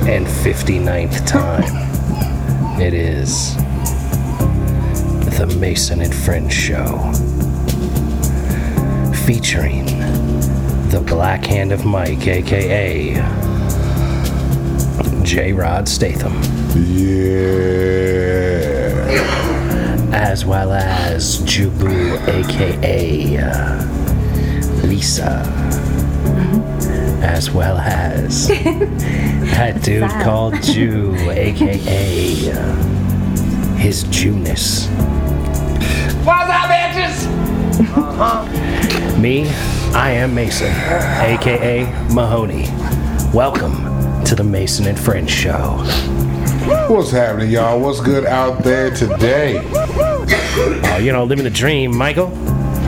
759th time. It is the Mason and Friends show featuring the Black Hand of Mike, aka J. Rod Statham, Yeah. as well as Jubu, aka uh, Lisa, as well as that dude called Jew, aka uh, his Jewness. What's up, bitches? Me, I am Mason, aka Mahoney. Welcome to the Mason and Friends show. What's happening, y'all? What's good out there today? Oh, you know, living the dream, Michael.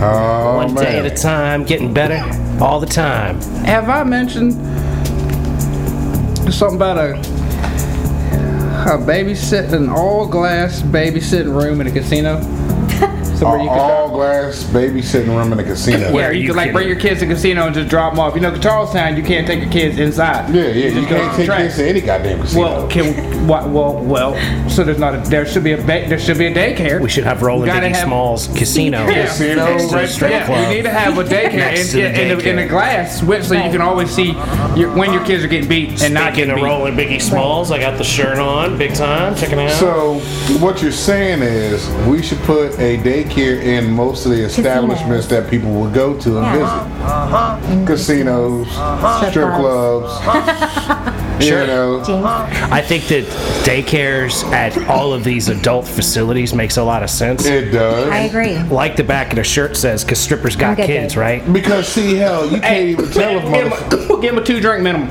Oh, One day man. at a time, getting better all the time. Have I mentioned something about a a babysitting an all glass babysitting room in a casino? Somewhere A you could all glass babysitting room in a casino. Where yeah, are you, you could like bring kidding? your kids to the casino and just drop them off. You know, Charlestown, you can't take your kids inside. Yeah, yeah. You can't take Track. this to any goddamn casino. Well, can what? Well, well. So there's not a. There should be a. Ba- there should be a daycare. We should have Roland Gotta Dickey have- Smalls Casino. Yeah. Casino, next to the right strip there. club. Yeah, we need to have a daycare Next to in, the in, a, in a daycare. glass switch so you can always see your, when your kids are getting beat and not Speaking getting of beat. Roland Biggie Smalls, I got the shirt on, big time, checking it out. So what you're saying is we should put a daycare in most of the establishments that people will go to and Yeah. visit. Uh-huh. Casinos, strip clubs. You know, I think that daycares at all of these adult facilities makes a lot of sense. it does. I agree. Like the back of the shirt says, because strippers got Okay. kids, right? Because see, hell, you can't even tell a give, motherfucker. him a, give him a two drink minimum.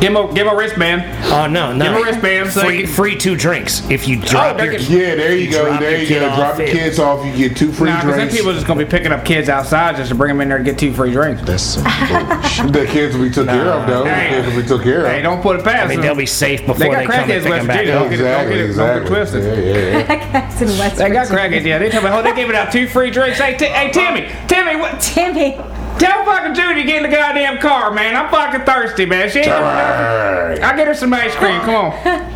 Give him a, give him a wristband. Oh no, no. Give him a wristband so free, he can- Oh, free two drinks if you drop they your. can- Yeah, there you, You go. drop There your you kid go. off, Drop your it- kids off. You get two free Nah, because then drinks. people are just going to be picking up kids outside just to bring them in there to get two free drinks. the kids we took care of, though. The Hey. kids we took care of. Hey, don't put it past I mean, them. they'll be safe before They they, got come and crackheads pick them left back too, up. don't get it- don't exactly, get it- don't get it exactly. twisted. Yeah, yeah, yeah. That's in West they got Virginia. crackheads. Yeah, they tell me, oh, they giving out two free drinks. Hey, t- hey Timmy, Timmy, what? Timmy. Tell fucking Judy to get in the goddamn car, man. I'm fucking thirsty, man. She ain't Alright. I'll get her some ice cream. Come on.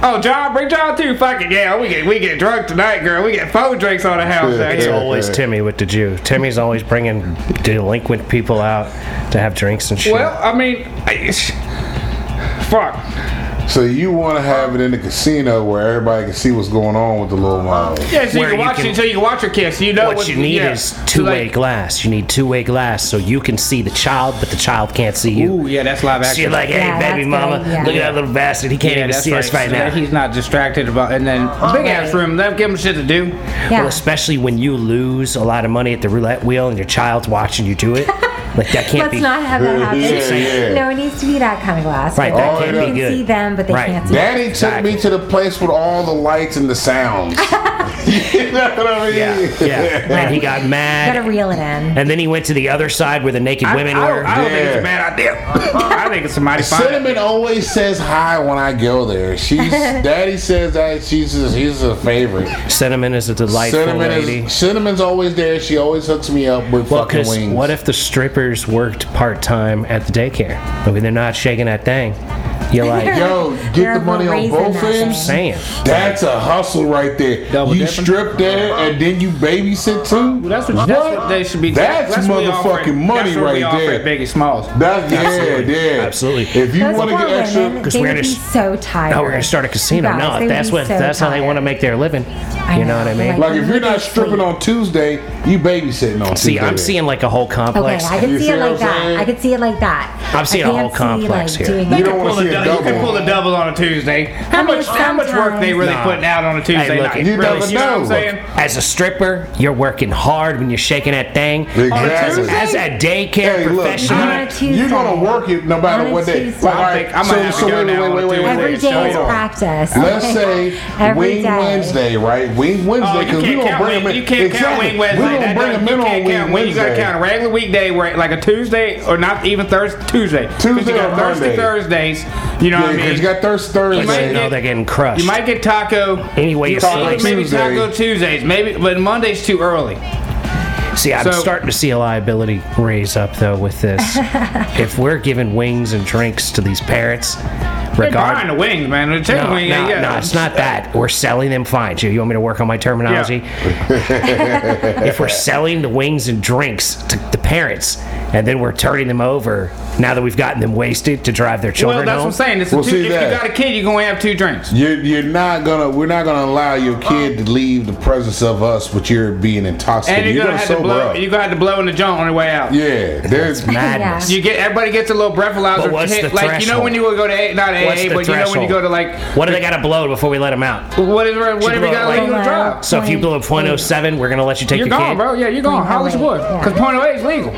Oh, John, bring John too. Fuck it, yeah. We get we get drunk tonight, girl. We get four drinks on the house. Yeah, out It's here. always Timmy with the Jew. Timmy's always bringing delinquent people out to have drinks and shit. Well, I mean, I- sh- fuck. So you want to have it in the casino where everybody can see what's going on with the little mom. Yeah, so Where you can you watch can- it, so you can watch your kiss. You know what you need yeah. is So, two-way like- glass. You need two-way glass so you can see the child, but the child can't see you. Ooh, yeah, that's live So you're action. like, hey, Yeah, that's baby good mama, idea. look at that little bastard. He can't yeah, even that's see us right so now. that He's not distracted about, and then big ass room. Then give him shit to do. Yeah. Well, especially when you lose a lot of money at the roulette wheel and your child's watching you do it. like that can't Let's be. not have that happen. Yeah, yeah. No, it needs to be that kind of glass. Right, where that Oh, can't yeah. they be can good. see them, but they Right. can't see Daddy Exactly. took me to the place with all the lights and the sounds. you know what I mean? Yeah, yeah. And he got You gotta mad. reel it in. And then he went to the other side where the naked I, women I, were. don't, I don't think it's Yeah. a bad idea. I think it's somebody fine. Cinnamon always says hi when I go there. She's Daddy says that she's a, she's a favorite. Cinnamon is a delightful Cinnamon lady. is, Cinnamon's always there. She always hooks me up with well, fucking because wings. what if the strippers worked part time at the daycare? I mean, they're not shaking that thing. You're like, Yo, get the They're money on raising both that ends. thing. saying. That's a hustle right there. Double you dipping? strip there and then you babysit too. That's what, that's what they should be. That's what we offer at- motherfucking money that's what right we offer there. at Biggie Smalls. That's Absolutely. yeah, yeah. Absolutely. If you Those want to poor get women, extra, Because they we're would gonna be s- so tired. No, we're gonna start a casino. You guys, no, they if that's would what be so that's how they tired. want to make their living. you know, know, what I mean? like- like if you're not stripping Sleep. on Tuesday, you babysitting on See, Tuesday. I'm seeing like a whole Okay, complex. I can You see, see it what I'm like that. saying? I can see it like that. I'm seeing I a whole can't see, complex like, here. doing You that. don't want Pull to a see a dou- you can double. pull the double on a Tuesday. How much how much work they really Nah. putting out on a Tuesday Hey, look, night? you really, never you know what I'm know. saying? As a stripper, you're working hard when you're shaking that thing. Exactly. As a daycare Hey, look, professional, On a Tuesday. You're gonna work it no matter On a what day. Tuesday. all I think I might have to so, so go wait, now wait, on wait, a wait, wait, Tuesday. Every wait. day Hold is on. practice. Let's say Every Wing day. Wednesday, right? Wing Wednesday, Oh, you because we can't gonna count bring wing. them in. You can't count Exactly. wing Wednesday. We gonna That bring doesn't- them in you on can't Wing count wing. You gotta Wednesday. count a regular weekday, right? Like a Tuesday or not even Thursday. Tuesday. 'Cause Tuesday You got or Thursday Monday. Thursdays. You know Yeah, what I 'cause mean? you got Thursday, might they Thursday. get- know they're getting crushed. You might get taco. Anyway, it's Taco- slice. maybe Tuesday. taco Tuesdays. Maybe, but Monday's too early. See, I'm So- starting to see a liability raise up though with this. if we're giving wings and drinks to these parrots, They're buying the regard. wings, man. They're No, taking wing- no, yeah. no, it's not that. We're selling them fine. You, you want me to work on my terminology? if we're selling the wings and drinks to the parents, and then we're turning them over now that we've gotten them wasted to drive their Well, children that's what I'm home. saying. It's a Well, two, see if that. you got a kid, you're gonna have two drinks. You're, you're not gonna. We're not gonna allow your kid to leave the presence of us, but you're being And intoxicated. you're, You're, gonna, gonna, have to sober blow. up. You're gonna have to blow in the joint on the way out. yeah, there's Madness. You get everybody gets a little breathalyzer. But what's hit, the like you know when you go to A, not What's AA, the but you know when you threshold? go to like What do they got to blow before we let them out? what is whatever blow you it got like- to legal drug. So if you blow a .07, we're gonna let you take You're your gone, kid. bro. Yeah, you're gone. How is it wood? Yeah. Because point eight is legal.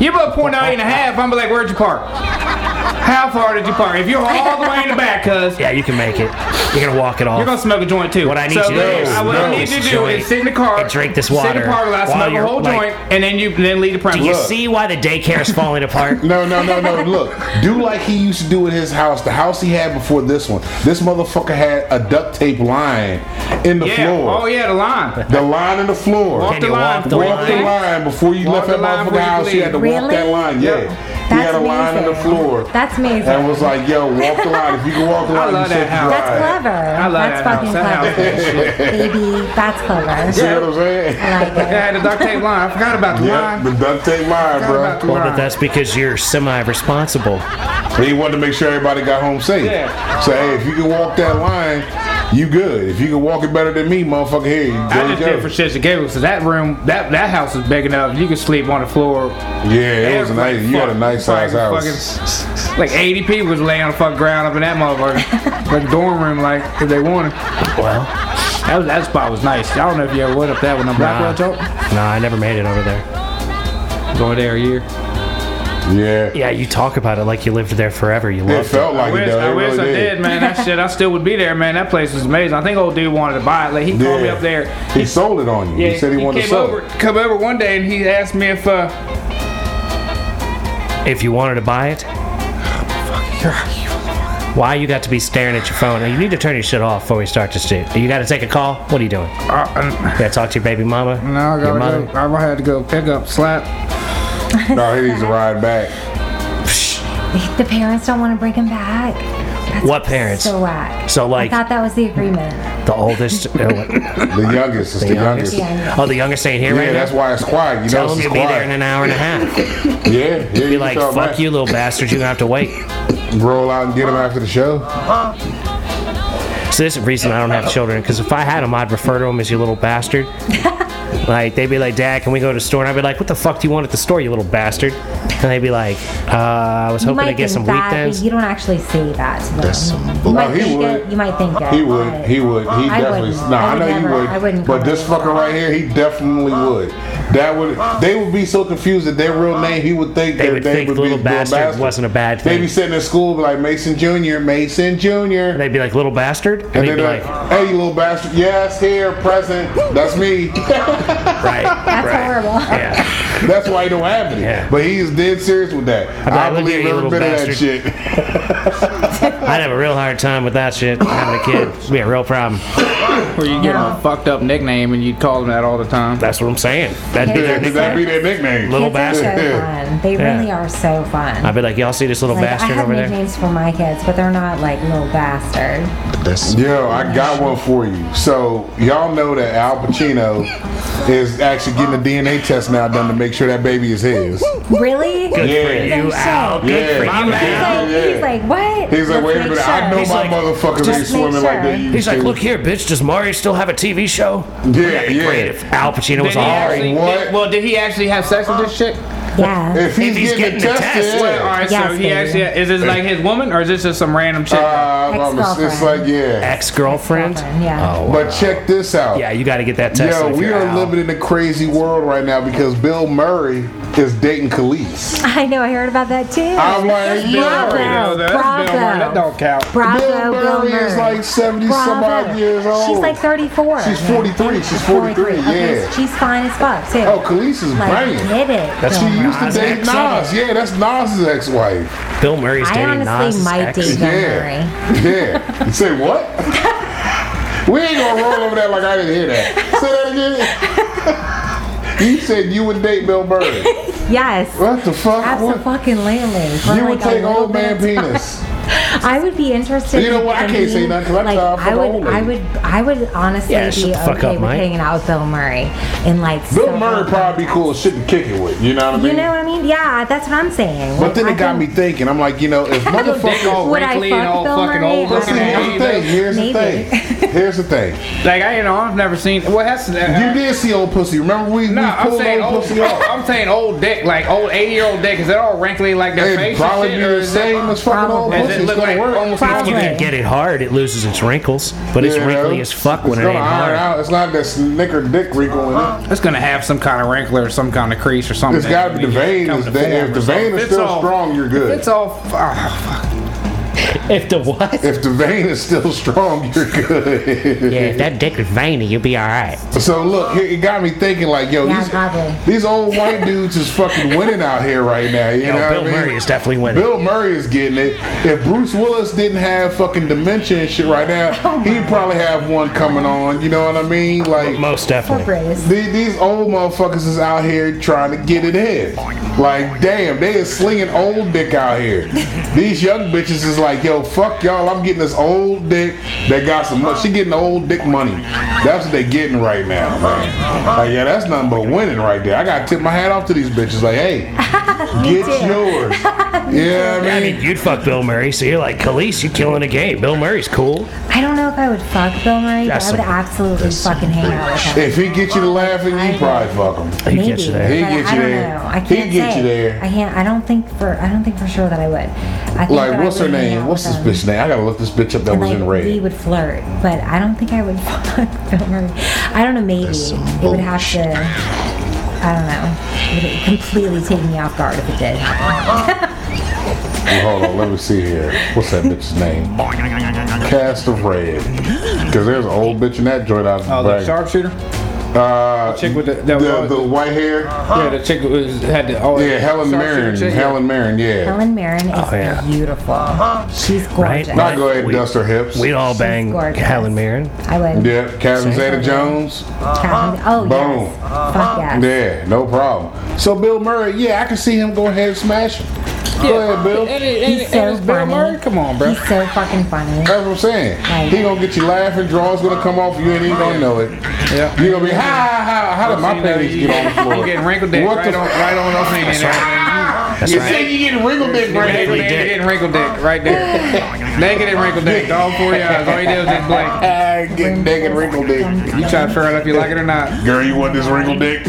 You put point eight and a half, I'm be like, where'd you park? How far did you park? If you're all the way in the back, cuz Yeah, you can make it. You're gonna walk it off. you're gonna smoke a joint too. What I need so, you to do yeah, is I- what I smoke need you to this do joint is sit in the car and drink this Sit in water the parking lot, while smoke you're, a whole like- joint, and then you then leave the Do premise. you Look. see why the daycare is falling apart? No, no, no, no. Look, do like he used to do in his house, the house he had before this one. This motherfucker had a duct tape line in the yeah. floor. Oh yeah, the line. The line in the floor. Walk Can the you line. walk the walk the line? line before you left Walk the that motherfucker line before you house. He had to leave. walk that Really? line. Yeah. He That's had a line in the amazing. floor. That's amazing. And was like, yo, walk the line. If you can walk the I line, love you that said house. That's right. clever. I love That's that house. fucking That house clever. is Baby, that's See clever. what I'm saying? I like Yeah, I it. had the duct tape line. I forgot about the Yep, line. the duct tape line, Forgot about the bro. Well, but line. that's because you're semi-responsible. He wanted to make sure everybody got home safe. Yeah. So hey, if you can walk that line, you good. If you can walk it better than me, motherfucker, here you go. I just go. did for shits and giggles. So that room, that that house is big enough. You could sleep on the floor. Yeah, it was a nice. You had a nice size Fucking- house. fucking- like 80 people was laying on the fuck ground up in that motherfucker. like dorm room, like if they wanted. Well, That was, that spot was nice. I don't know if you ever went up that one on Blackwell Joe. no, I never made it over there. Going there a year. Yeah. Yeah, you talk about it like you lived there forever. You It loved it. felt like wish, it though. I, It wish really I did. man. That shit, I still would be there, man. That place was amazing. I think old dude wanted to buy it. Like he called me Yeah. up there. He sold it on you. he said he, wanted to came sell over, it. come over one day and he asked me if uh, If you wanted to buy it, why you got to be staring at your phone? You need to turn your shit off before we start this shit. You got to take a call. What are you doing? You uh got to talk to your baby mama. No, I your gotta mother. go. I had to go pick up slap. No, he needs to ride back. The parents don't want to bring him back. That's What parents? So whack. So, like- I thought that was the agreement. The oldest. oh, what? The youngest is the, youngest? youngest. Yeah. I know. oh, the youngest ain't here Yeah, right that's now. why it's quiet. You Tell know, him it's you'll be there in quiet. an hour and a half. Yeah, yeah. you Be can like, tell him fuck that. you, little bastard. You're gonna have to wait. Roll out and get him after the show. So this is the reason I don't have children. Because if I had them, I'd refer to them as you little bastard. like they'd be like, Dad, can we go to the store? And I'd be like, What the fuck do you want at the store, you little bastard? And they'd be like, uh, I was You hoping might to get think some that, weekends. but you don't actually say that to them. That's some you might bull- He think would. It, you might think it. He would. but- He would. He I definitely. wouldn't. Nah, I I, would know never- you would. I wouldn't but come this in. fucker right here, he definitely would. That would. They would be so confused that their real name. He would think They that would they think would little be bastard wasn't a bad They'd thing. be sitting in school be like Mason Junior, Mason Junior, And they'd be like, Little bastard? And, and they'd then be like, like, "Hey, you little bastard! Yes, here, present. That's me. Right. That's horrible. Yeah. That's why he don't have any. Yeah. But he is dead serious with that. like, I, "Look here, believe you every little bit bastard." of that shit. I'd have a real hard time with that shit. Having a kid. It'd be a real problem. Where you get a fucked up nickname and you call them that all the time. That's what I'm saying. That'd be their Yeah, that'd be nickname. their nickname. Little Kids are so bastard. fun. They Yeah. really are so fun. I'd be like, Y'all see this little like, I bastard have over there? nicknames for my kids, but they're not like little bastard. Yo, I got one for you. So y'all know that Al Pacino is actually getting a DNA test now done to make sure that baby is his. Really? Good Yeah. for you, They're Al. so- Good for Yeah. you, My He's Al. man. like, Oh, Yeah. he's like, what? He's like, Let's wait a make minute, I know sure. He's my like, motherfuckers ain't just make swimming like sure. they used He's like, to. look here, bitch. Does Mario still have a TV show? Yeah, That'd be yeah. great if Al Pacino was Did he on. actually, what? did- well, did he actually have sex with this chick? Yeah. If he's, If he's getting, getting the tested, test, All right, Yes, Uh, so he baby. actually is this like his woman or is this just some random chick? uh, I'm- it's Ex-girlfriend. like yeah. Ex-girlfriend. Ex-girlfriend, yeah. Oh, But check this out. yeah. You got to get that test. Yo, if we you're are Al. living in a crazy world right now because Bill Murray is dating Khalees. I know. I heard about that too. I'm like, Bill Murray. yo, Bravo, that's Bill Murray. That bravo. don't count. Bravo, Bill Bill Murray is like 70 some Bravo. odd years She's old. like 34. She's Yeah. 43, she's 43, Okay, yeah. She's fine as fuck, too. oh, Khalees is like, banging. get it. That's- Bill She used to Nas' date ex. Nas. Yeah, that's Nas's ex-wife. Bill Murray's I dating honestly Nas' might ex. date Bill Murray. Yeah, yeah. You say what? we ain't gonna roll over that like I didn't hear that. Say that again. You said you would date Bill Burr. Yes. What the fuck? What- Absolutely. For You would like a take little old man bit of time. penis. I would be interested. You know what? I in can't say being- nothing 'cause I'm like, tired for I the would, old I lady. would, I would honestly Yeah, be shut the fuck okay up, with Mike. hanging out with Bill Murray and like Bill sober Murray probably be context. cool as shit to kick it with. You know what I mean? You know what I mean? Yeah, that's what I'm saying. But then Like, it I got can- me thinking. I'm like, you know, if Dick all motherfuckers. Would I wrinkly and fuck all Bill fucking Murray? old But see, looking Listen, here's the thing. at you. Here's the thing. Here's the thing. Like I you know I've never seen. Well, that's You did see old pussy. Remember we, No, we I'm pulled saying old, old. pussy off. I'm saying old dick, like old eighty year old dick. Is it all wrinkly like their It'd face? probably and be shit, or the is it- same as fucking old Probably. pussy. Does it It's look gonna like work. almost If you Probably. get it hard, it loses its wrinkles, but it's You know? wrinkly as fuck when it it's ain't gonna iron hard. out. It's not that snicker dick wrinkle in it. It's gonna have some kind of wrinkle or some kind of crease or something. It's got to be the vein. Is there. If the vein is still strong, you're good. It's all. f- ah, fuck. If the what? If the vein is still strong, you're good. Yeah, if that dick is veiny, you'll be all right. So look, here- it got me thinking like, yo, Yeah, these, probably. these old white dudes is fucking winning out here right now. You Yo, know Bill what I mean? Murray is definitely winning. Bill Murray is getting it. If Bruce Willis didn't have fucking dementia and shit right now, he'd probably have one coming on. You know what I mean? Like Most Poor definitely. Bruce. the- these old motherfuckers is out here trying to get it in. Like damn, they is slinging old dick out here. These young bitches is like, yo, fuck y'all. I'm getting this old dick that got some money. She getting old dick money. That's what they getting right now, man. Like yeah, that's nothing but winning right there. I gotta tip my hat off to these bitches. Like hey, get too. yours. Yeah, I mean, you'd fuck Bill Murray, so you're like, Khalees, you're killing the game. Bill Murray's cool. I don't know if I would fuck Bill Murray, but That's I would some- absolutely fucking hang out with him. If he gets you to laughing, you probably fuck him. He Maybe. gets you there. He but gets I you don't there. Know. I He can't gets say. you there. I can't. I don't think for. I don't think for sure that I would. I think that Like, I what's her would hang name? out What's with this him. bitch name? I gotta look this bitch up that And was like in we red. would flirt, but I don't think I would fuck Bill Murray. I don't know. Maybe it would have to. I don't know. It would completely take me off guard if it did. Well, Hold on, let me see here. What's that bitch's name? Cast of Red. Because there's an old bitch in that joint out Oh, the back. sharpshooter. Uh, chick with the- that was Oh, the, always- the white hair. Yeah, the chick was had the. Oh, Yeah, Helen Mirren. Helen Mirren, yeah. Helen Mirren is Oh, yeah. beautiful. She's Right? gorgeous. Now go ahead and We- dust her hips. We'd all bang gorgeous. Helen Mirren. I would. Yeah, Catherine Zeta Jones. Catherine- Oh Boom. yes. Fuck yes. Yeah, no problem. So Bill Murray, yeah, I can see him go ahead and smash him. Go ahead, Bill. And, it- and, He's it- so and it's Bill funny. Murray. Come on, bro. He's so fucking funny. That's what I'm saying. Right. He gonna get you laughing, drawers gonna come off you ain't even gonna know it. Yeah. You gonna be ha ha ha Ah, how did my You know, panties you- get on the You floor? getting wrinkled dick What right the on f- right on up in there. That's You right. say you getting wrinkled dick right Naked Wrinkled here. man dick. Ah, getting wrinkled dick right there. Naked and wrinkled dick. All four eyes. All he did was just blink. Ah, Getting naked wrinkled dick. You try to figure out if you like it or not. Girl, you want this wrinkled dick?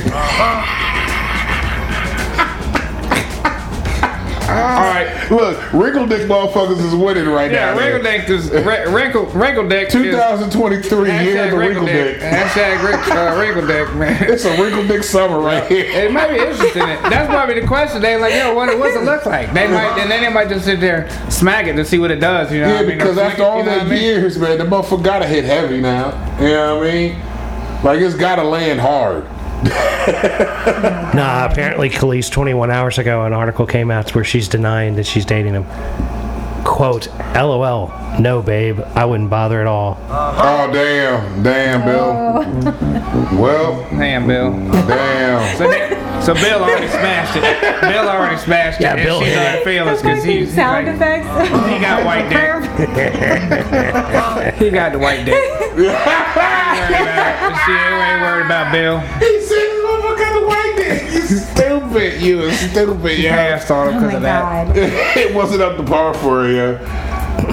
All right. Look, wrinkled dick motherfuckers is winning right Yeah, now. wrinkle man. dick is wri- wrinkle wrinkle dick. is- 2023 year of Hashtag the wrinkle wrinkled dick. dick. Hashtag wrinkle, uh, wrinkle dick, man. It's a wrinkled dick summer right here. It might be interesting. That's probably the question. They like, yo, what what's it look like? They might, and then they might just sit there, smack it to see what it does. You know? what Yeah, I mean? because Or after flick it, all you know that what I mean? years, man, the motherfucker gotta hit heavy now. You know what I mean? Like it's gotta land hard. Nah, apparently Khalees, 21 hours ago, an article came out where she's denying that she's dating him. Quote, LOL, no, babe, I wouldn't bother at all. Oh damn, damn, Bill. Well, Damn, Bill. damn. So, so Bill already smashed it. Bill already smashed Yeah, it. Bill and she's hit not it. feelings because he's sound like, effects. he got white dick. He got the white dick. Ain't worried about it. She ain't worried about Bill. He said, "Motherfucker, got the white dick. You stupid. You a stupid. Yeah. Passed on him Oh because of my that. god. it wasn't up to par for her. Yeah.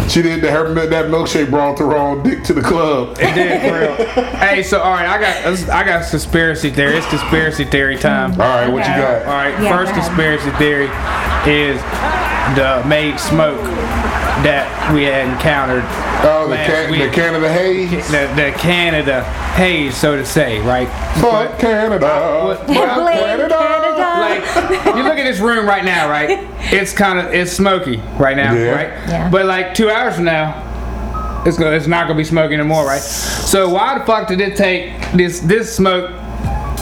She did that. Her that milkshake brought the wrong dick to the club. Yeah, for real. hey, so all right, I got I got conspiracy theory. It's conspiracy theory time. All right, what you Okay. got? All right, Yeah, first go ahead. conspiracy theory is the made smoke that we had encountered. Oh, the last can, the week. Canada haze. The, the Canada haze, so to say, right? Fuck Canada. What- Fuck Blame Canada. Canada. Like you look at this room right now, right? It's kind of it's smoky right now, Yeah. right? Yeah. But like two hours from now, it's gonna, it's not gonna be smoky anymore, right? So why the fuck did it take this this smoke,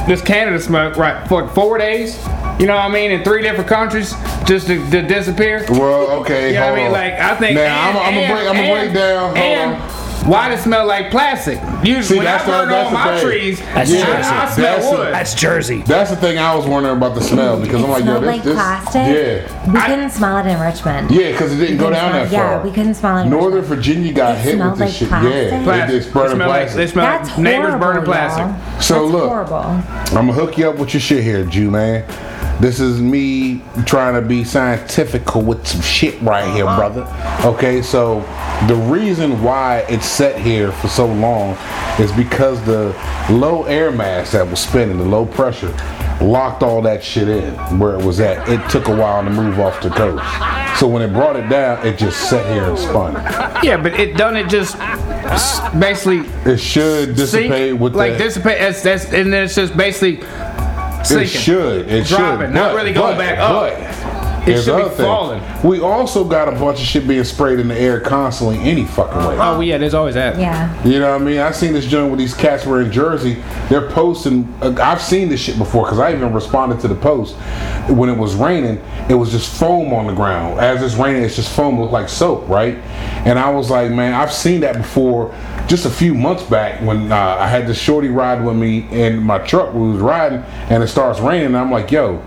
this Canada smoke, right? For four days, you know what I mean, in three different countries, just to, to disappear. Well, okay, You know hold what I mean? on. Like I think. Now I'm and- gonna break, I'm gonna and- break down. Hold and on. Why does it smell like plastic? Usually, See, when that's I burn what- that's all the my thing. trees, That's I, true. I That's smell the- wood. That's Jersey. That's the thing I was wondering about the smell because I'm like, yo, smelled Oh this, like this, plastic. yeah, We I- didn't smell it in Richmond. yeah, because it didn't go Couldn't down smell- that yeah, far. we couldn't smell it. in Northern Richmond. Virginia got It hit smelled with this like shit. plastic. Yeah, they Plastic. just burning They smell like, they plastic. smell That's like neighbors burning horrible, y'all. plastic. So That's look. horrible. I'm gonna hook you up with your shit here, Jew man. This is me trying to be scientifical with some shit right Uh-huh. here, brother. Okay, so the reason why it's set here for so long is because the low air mass that was spinning, the low pressure, locked all that shit in where it was at. It took a while to move off the coast. So when it brought it down, it just sat here and spun. Yeah, but it don't it just s- basically It should dissipate sink with like the, dissipate. That's, that's and then it's just basically It sinking. should. It Dropping, should. not really going back up. But It here's should the be other thing. falling. We also got a bunch of shit being sprayed in the air constantly, any fucking way. Oh well, yeah, there's always that. Yeah. You know what I mean? I seen this joint where these cats were in Jersey. They're posting. Uh, I've seen this shit before because I even responded to the post when it was raining. It was just foam on the ground. As it's raining, it's just foam, looked like soap, right? And I was like, man, I've seen that before. Just a few months back, when uh, I had this shorty ride with me in my truck, we was riding, and it starts raining. And I'm like, yo,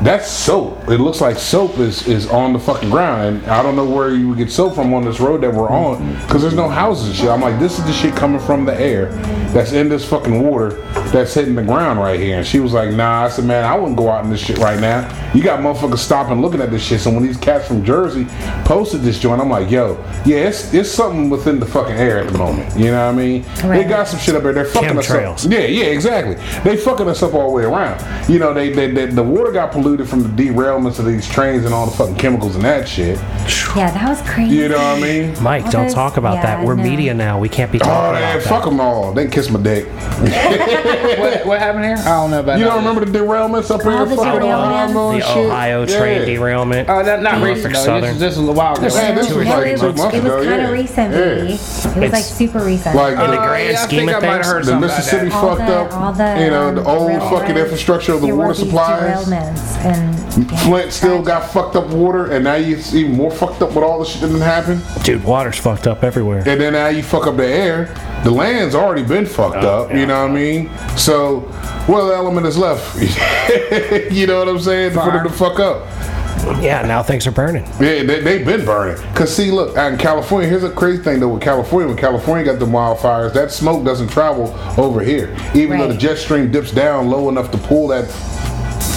that's soap. It looks like soap is, is on the fucking ground. And I don't know where you would get soap from on this road that we're on because there's no houses and shit. I'm like, this is the shit coming from the air that's in this fucking water that's hitting the ground right here. And she was like, nah. I said, man, I wouldn't go out in this shit right now. You got motherfuckers stopping looking at this shit. So when these cats from Jersey posted this joint, I'm like, yo, yeah, it's, it's something within the fucking air at the moment. You know what I mean? They Right. got some shit up there. They're fucking us up. Chemtrails. Yeah, yeah, exactly. They fucking us up all the way around. You know, they, they, they the water got polluted from the derailments of these trains and all the fucking chemicals and that shit. Yeah, that was crazy. You know what I mean? Mike, All don't those- talk about yeah, that. We're no. media now. We can't be Oh talking man, about fuck that. them all. They can kiss my dick. What, what happened here? I don't know about You that. don't remember the derailments up All here? the Fucking derailments. Ohio and The shit? Ohio train Yeah. derailment. Oh, that, not recent though. This, Southern. is- this was a while ago. Man, this No, was no, like it was, two months it was ago, kind yeah. of recent, Yeah. baby. It was like It's- super recent. Like the uh, grand yeah, I scheme think of I might have things, heard the something Mississippi about All fucked the- all up. the, you know, the um, old railroads, fucking infrastructure of the there were water these supplies. derailments and yeah, Flint still got fucked up water, and now you even more fucked up with all the shit that didn't happen. Dude, water's fucked up everywhere. And then now you fuck up the air. The land's already been fucked up. You know what I mean? So, what other element is left? you know what I'm saying? For them to fuck up. Yeah, now things are burning. Yeah, they, they've been burning. Cause see, look, out in California, here's a crazy thing though with California. When California got the wildfires, that smoke doesn't travel over here. Even though the Right. jet stream dips down low enough to pull that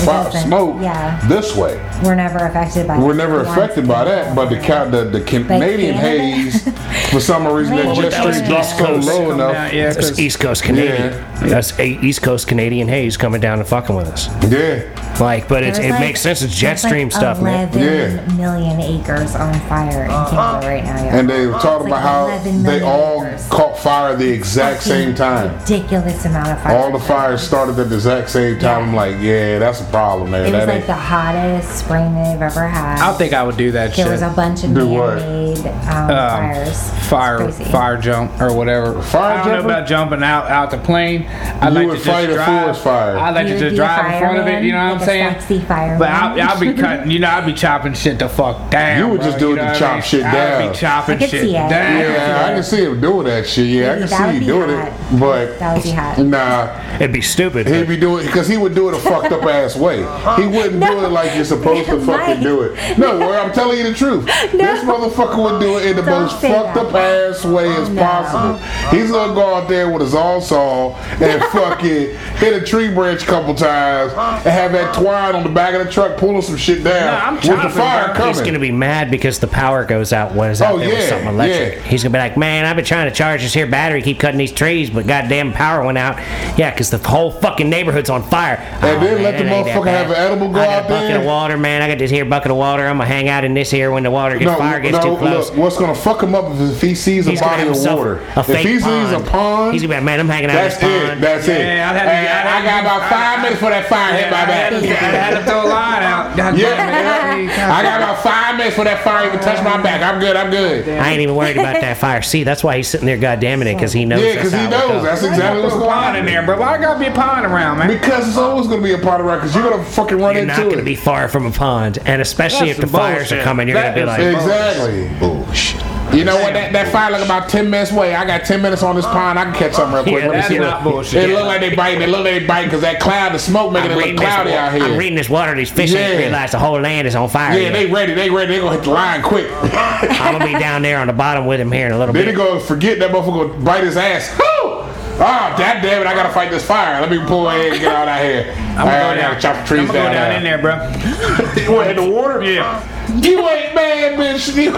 fire doesn't, smoke yeah. this way. We're never affected by. We're it. never Once affected by that, but the over. ca- the, the Canadian Canada? haze, for some reason, that Well, jet that was stream drops East so Coast. low Come enough. down, yeah, That's 'cause- East Coast Canadian. Yeah. That's a East Coast Canadian haze coming down and fucking with us. Yeah, Like, but There it's, was it like- makes sense. It's jet there's stream like stuff, man. 11 million acres on fire in Uh-huh. Canada right now. y'all. and they were talking It's like about how 11 they million all acres. caught fire the exact same Fucking time. Ridiculous amount of fire. All the fires started at the exact same time. I'm like, yeah, that's a problem, man. It was That like ain't. the hottest spring they've ever had. I think I would do that there shit. was a bunch of Do what? man-made um, fires. It's fire crazy. fire jump or whatever. Fire I don't jumper? know about jumping out out the plane. I You like would to fight a just drive. forest fire. I like You to would just be a drive in front of it. fireman, You know what I'm like a saying? sexy fireman. But I'll, I'll be cutting. You know, I'll be chopping shit the fuck down. You would bro, just do it know to what I chop mean? shit I down. would be chopping I could shit see it. down. Yeah, I can see him doing that shit. Yeah, I Maybe can that would see be you doing hot. it, but That would be hot. Nah, It'd be stupid. He'd be doing because he would do it a fucked up ass way. He wouldn't do it like you're supposed to fucking Uh-huh. Mike. do it. No, well, I'm telling you the truth. This motherfucker would do it in the Don't most say fucked that. Oh, up ass way as no. possible. He's gonna go out there with his all saw and fucking hit a tree branch a couple times Uh-huh. and have that twine on the back of the truck pulling some shit down No, I'm with the chopping, fire bro. coming. He's gonna be mad because the power goes out when it's out Oh, there yeah, with something electric. yeah. He's gonna be like, "Man, I've been trying to charge this here battery, keep cutting these trees, but goddamn power went out. Yeah, 'cause the whole fucking neighborhood's on fire." Oh, And then let the it ain't that motherfucker have bad. an edible go I got out a bucket there." of water, man. I got this here bucket of water. I'm gonna hang out in this here when the water gets fire gets too close. Look, what's gonna fuck him up is if he sees He's a gonna body have of himself water. a If fake he pond. sees a pond, He's gonna be like, "Man, I'm hanging out That's in this it. pond." That's it. Yeah, I'd have to- Hey, I'd I, have I got to- about five minutes for that fire hit my I had to- I back. had to throw a line out. God Yeah, damn it. yeah. I got about five minutes for that fire even touch my back. I'm good. I'm good. I ain't even worried about that fire. See, that's why he's sitting there, goddamn it, because he knows. Yeah, that's because he how it goes. knows that's Why exactly you what's throw going a pond in on. there, bro. Why gotta be a pond around, man? Because it's always going to be a part of rock. Because you're going to fucking run You're not into gonna it. be far from a pond, and especially That's if the some fires are bullshit. coming, you're That gonna be is like, some exactly. Bullshit. You know what? That, that fire look about ten minutes away. I got ten minutes on this pond. I can catch something real quick. Yeah, Let me that's see what- not bullshit. It look like they biting. It look like they biting because that cloud of smoke making I'm it reading, look this, cloudy out I'm here. reading this water. These fish ain't Yeah. realize the whole land is on fire. Yeah, yet. they ready. They ready. They gonna hit the line quick. I'm gonna be down there on the bottom with him here in a little then they bit. go forget that motherfucker gonna bite his ass. Woo! Ah, god damn it! I gotta fight this fire. Let me pull ahead and get out of here. I'm I gonna go already down. gotta chop the I'm trees gonna go down. down in there. there, bro. You went in the water. Yeah. You ain't mad, bitch. You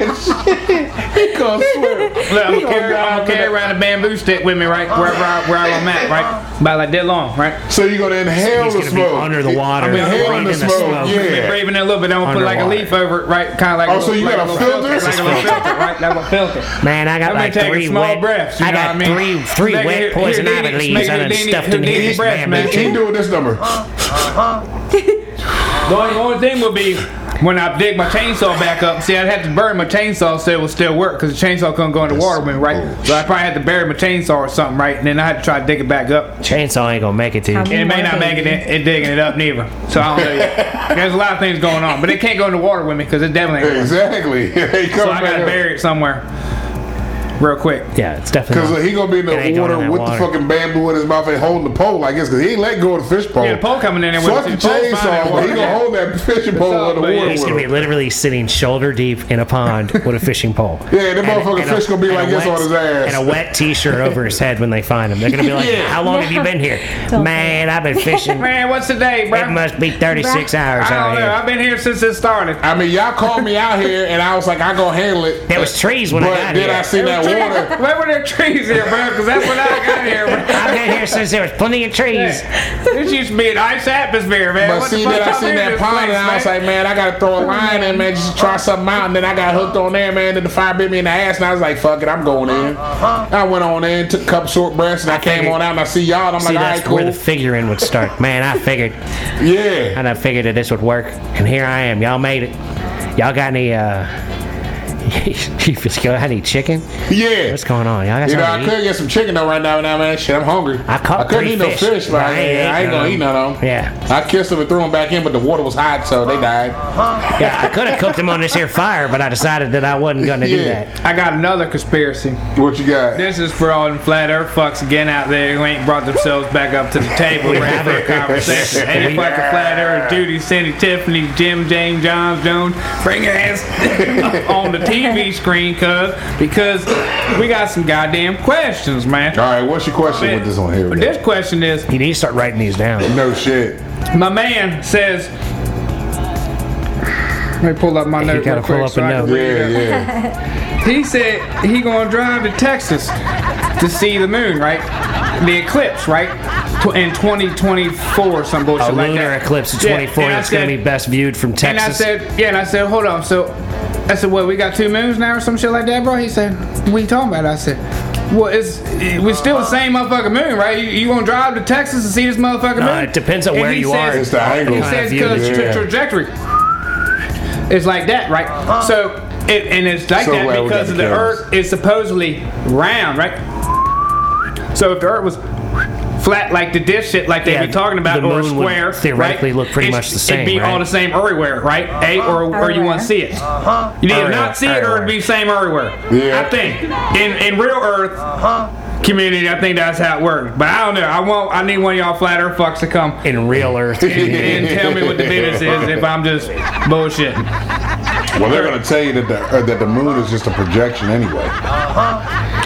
he gonna swim. Look, I'm He gonna dive in carry, I'm gonna carry that- around a bamboo stick with me, right? Wherever I, where I'm at, right? About like that long, right? So you're gonna inhale He's the gonna smoke. be under the It- water, I'm inhaling the breathing the smoke. smoke. Be Yeah. braving that a little bit. I'm gonna put like a Underwater. leaf over it, right? Kind of like. Oh, a so you like got a little filter? Like a little filter, right? Like a filter. Man, I got I'm like taking three small wet. breaths, you I know got what I mean? three three Make it- wet here- poison here, ivy Houdini- leaves I done Houdini- stuffed in Houdini his breath, bamboo. man. tree. Keep doing this number. The only, the only thing would be when I dig my chainsaw back up. See, I'd have to bury my chainsaw so it would still work because the chainsaw couldn't go in the water with me, right? So I probably had to bury my chainsaw or something, right? And then I had to try to dig it back up. Chainsaw ain't gonna make it to you. How many- And it may not make it, it, it digging it up neither. So I don't know yet. There's a lot of things going on, but it can't go in the water with me because it definitely ain't. going. Exactly. He So coming I gotta back up. bury it somewhere, real quick. Yeah, it's definitely. Cause not- uh, he gonna be in It ain't going the water in that with water. the fucking bamboo in his mouth and holding the pole like this, cause he ain't let go of the fish pole. Yeah, the pole coming in there with Fuck us. the The pole's fine in the chainsaw. water. He gonna hold that fishing pole all, on the but water. yeah, with He's gonna be him. literally sitting shoulder deep in a pond with a fishing pole. Yeah, And that a- motherfucking and a- fish gonna be and a like this wet- on his ass. And a wet T-shirt over his head when they find him. They're gonna be like, "How long have you been here, Don't man? I've been fishing. Man, what's the day, bro? it must be 36 hours I out don't know. here. I've been here since it started. I mean, y'all called me out here, and I was like, I gonna handle it. There was trees when but I got then here. I seen that water. Where were there trees here, bro? Because that's when I got here, bro. I've been here since there was plenty of trees. This used to be an ice atmosphere, man. But What the see fuck that I y'all seen do that this pond, place, and I was man? like, man, I gotta throw a line in, man, just try something out. And then I got hooked on there, man. Then the fire bit me in the ass, and I was like, fuck it, I'm going in. I went on in, took a couple short breaths, and I came on out, and I see y'all, and I'm See, like, all that's right, cool. where the figuring would start. Man, I figured, yeah. and I figured that this would work, and here I am. Y'all made it. Y'all got any? uh You just go. I need chicken. Yeah. What's going on? Y'all got You know, I something to eat? could get some chicken though right now, and now, man. Shit, I'm hungry. I caught couldn't three eat fish, no fish, but I, ain't- I ain't gonna eat none of them. Yeah, I kissed them and threw them back in, but the water was hot, so they died. yeah. I could have cooked them on this here fire, but I decided that I wasn't going to do Yeah. that. I got another conspiracy. What you got? This is for all them flat earth fucks again out there who ain't brought themselves back up to the table ready for a conversation. Any fucking flat earth, Judy, Cindy, Tiffany, Jim, Jane, John, Jones, bring your ass up on the TV screen, cuz, because we got some goddamn questions, man. All right, what's your question with this one here? we go. This question is You need to start writing these down. No shit. My man says. Let me pull up my note. gotta real quick pull up so a I can note. read Yeah, it. yeah. He said he gonna drive to Texas to see the moon, right? The eclipse, right? Tw- In 2024 or some bullshit A like lunar that. eclipse of Yeah, 24 and I that's going to said- be best viewed from And I Texas. said, yeah, and I said, hold on. So I said, well, we got two moons now or some shit like that, bro. He said, what you talking about? I said, well, it's it- we're still the same motherfucking moon, right? You, you gonna drive to Texas to see this motherfucking Nah, moon? it depends on And where he you says- are. It's the angle. He Kind of says view because it. tra- Yeah. trajectory is like that, right? So it, and it's like Uh-huh. So that glad we got because the the cameras. Earth is supposedly round, right? So if the Earth was flat like the dish shit like they Yeah, be talking about the or moon would square theoretically right? look pretty much the same, it'd be all right? the same everywhere right a Uh-huh. or, or you want to see it you either Everywhere, not see it or it'd be the same everywhere Yeah. Uh-huh. I think in in real earth community I think that's how it works but I don't know I want I need one of y'all flat earth fucks to come in real Earth. and tell me what the business is if I'm just bullshitting. Well, they're gonna tell you that the uh, that the moon is just a projection anyway.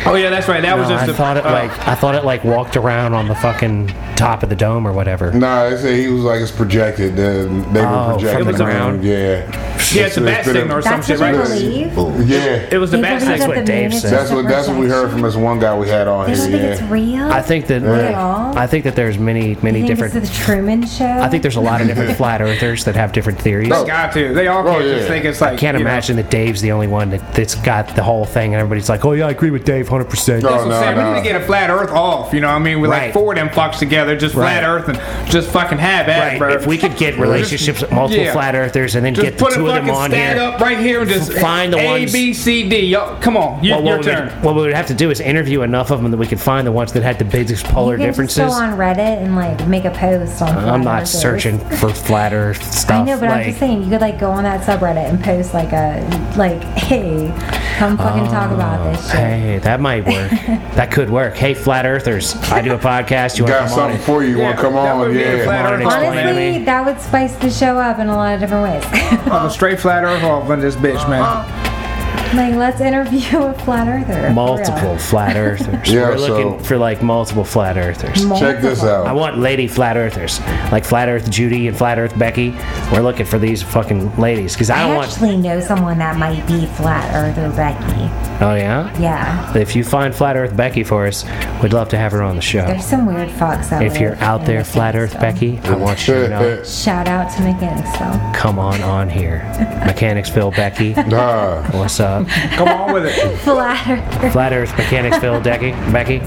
Oh yeah, that's right. That was No, just. I a- thought it uh, like I thought it like walked around on the fucking top of the dome or whatever. Nah, they say he was like it's projected. Then they Oh, were projecting from the the moon. ground? Yeah. yeah, it's It's a bat been a- signal or some That's shit, what you right? believe. It Yeah. was the They bat believe That's that signal. what the Dave moon is said. just That's a what that's what we heard projection. from this one guy we had on They don't here. think it's Yeah. real. I think that Look at all. I think that there's many many You think different. This is the Truman Show. I think there's a lot of different flat earthers that have different theories. No. Got to. They all can't Oh, just yeah. think it's like. I can't you know, imagine that Dave's the only one that, that's got the whole thing, and everybody's like, "Oh yeah, I agree with Dave, hundred percent." Oh, No. That's what I'm saying. We need to get a flat Earth off. You know what I mean? With Right. like four of them fucks together, just flat Right. Earth and just fucking have at it, Right. bro. If we could get relationships with multiple Yeah. flat earthers and then Just get the put a two of get him fucking on stand here. up right here and just Find the A ones- B C D. Yo, come on, you, Well, your what, we turn. would, what we would have to do is interview enough of them that we could find the ones that had the biggest polar you can differences. Just go on Reddit and like make a post on. I'm flat not earthers. searching for flat Earth I stuff. know, but I'm like, just saying you could like go on that subreddit and post like a like, hey, come fucking Oh, talk about this shit. Hey, that might work. that could work. Hey, flat Earthers, I do a podcast. You want to come Got on? something it? for you. You want Yeah, to come that on? would be a Yeah. flat Come on earth and explain argument. it. Honestly, Miami. that would spice the show up in a lot of different ways. I'm a straight flat earth off on this bitch, Uh-huh. man. like, let's interview a flat earther. for real. Multiple flat Earthers. Yeah, We're looking so- for like multiple flat Earthers. Hmm. Check this Multiple. I out. want lady flat earthers, like flat Earth Judy and flat Earth Becky. We're looking for these fucking ladies because I I, don't want. actually know someone that might be flat earther Becky. Oh yeah. Yeah. If you find flat Earth Becky for us, we'd love to have her on the show. There's some weird fucks out If there. you're out there, flat Earth Mechanicsville. Becky, I want you to know. Shout out to Mechanicsville. Come on on here, Mechanicsville Becky. Nah. What's up, Come on with it. Flat earther. flat Earth Mechanicsville Decky, Becky?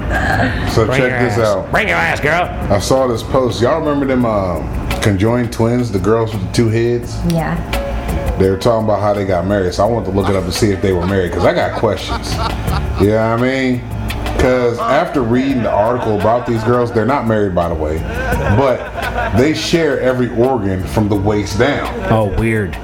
So Bring your check this ass. out. Bring your ass, girl. I saw this post. Y'all remember them um, conjoined twins, the girls with the two heads? Yeah. They were talking about how they got married, so I wanted to look it up and see if they were married because I got questions. You know what I mean? Because after reading the article about these girls, they're not married, by the way, but they share every organ from the waist down. Oh, weird.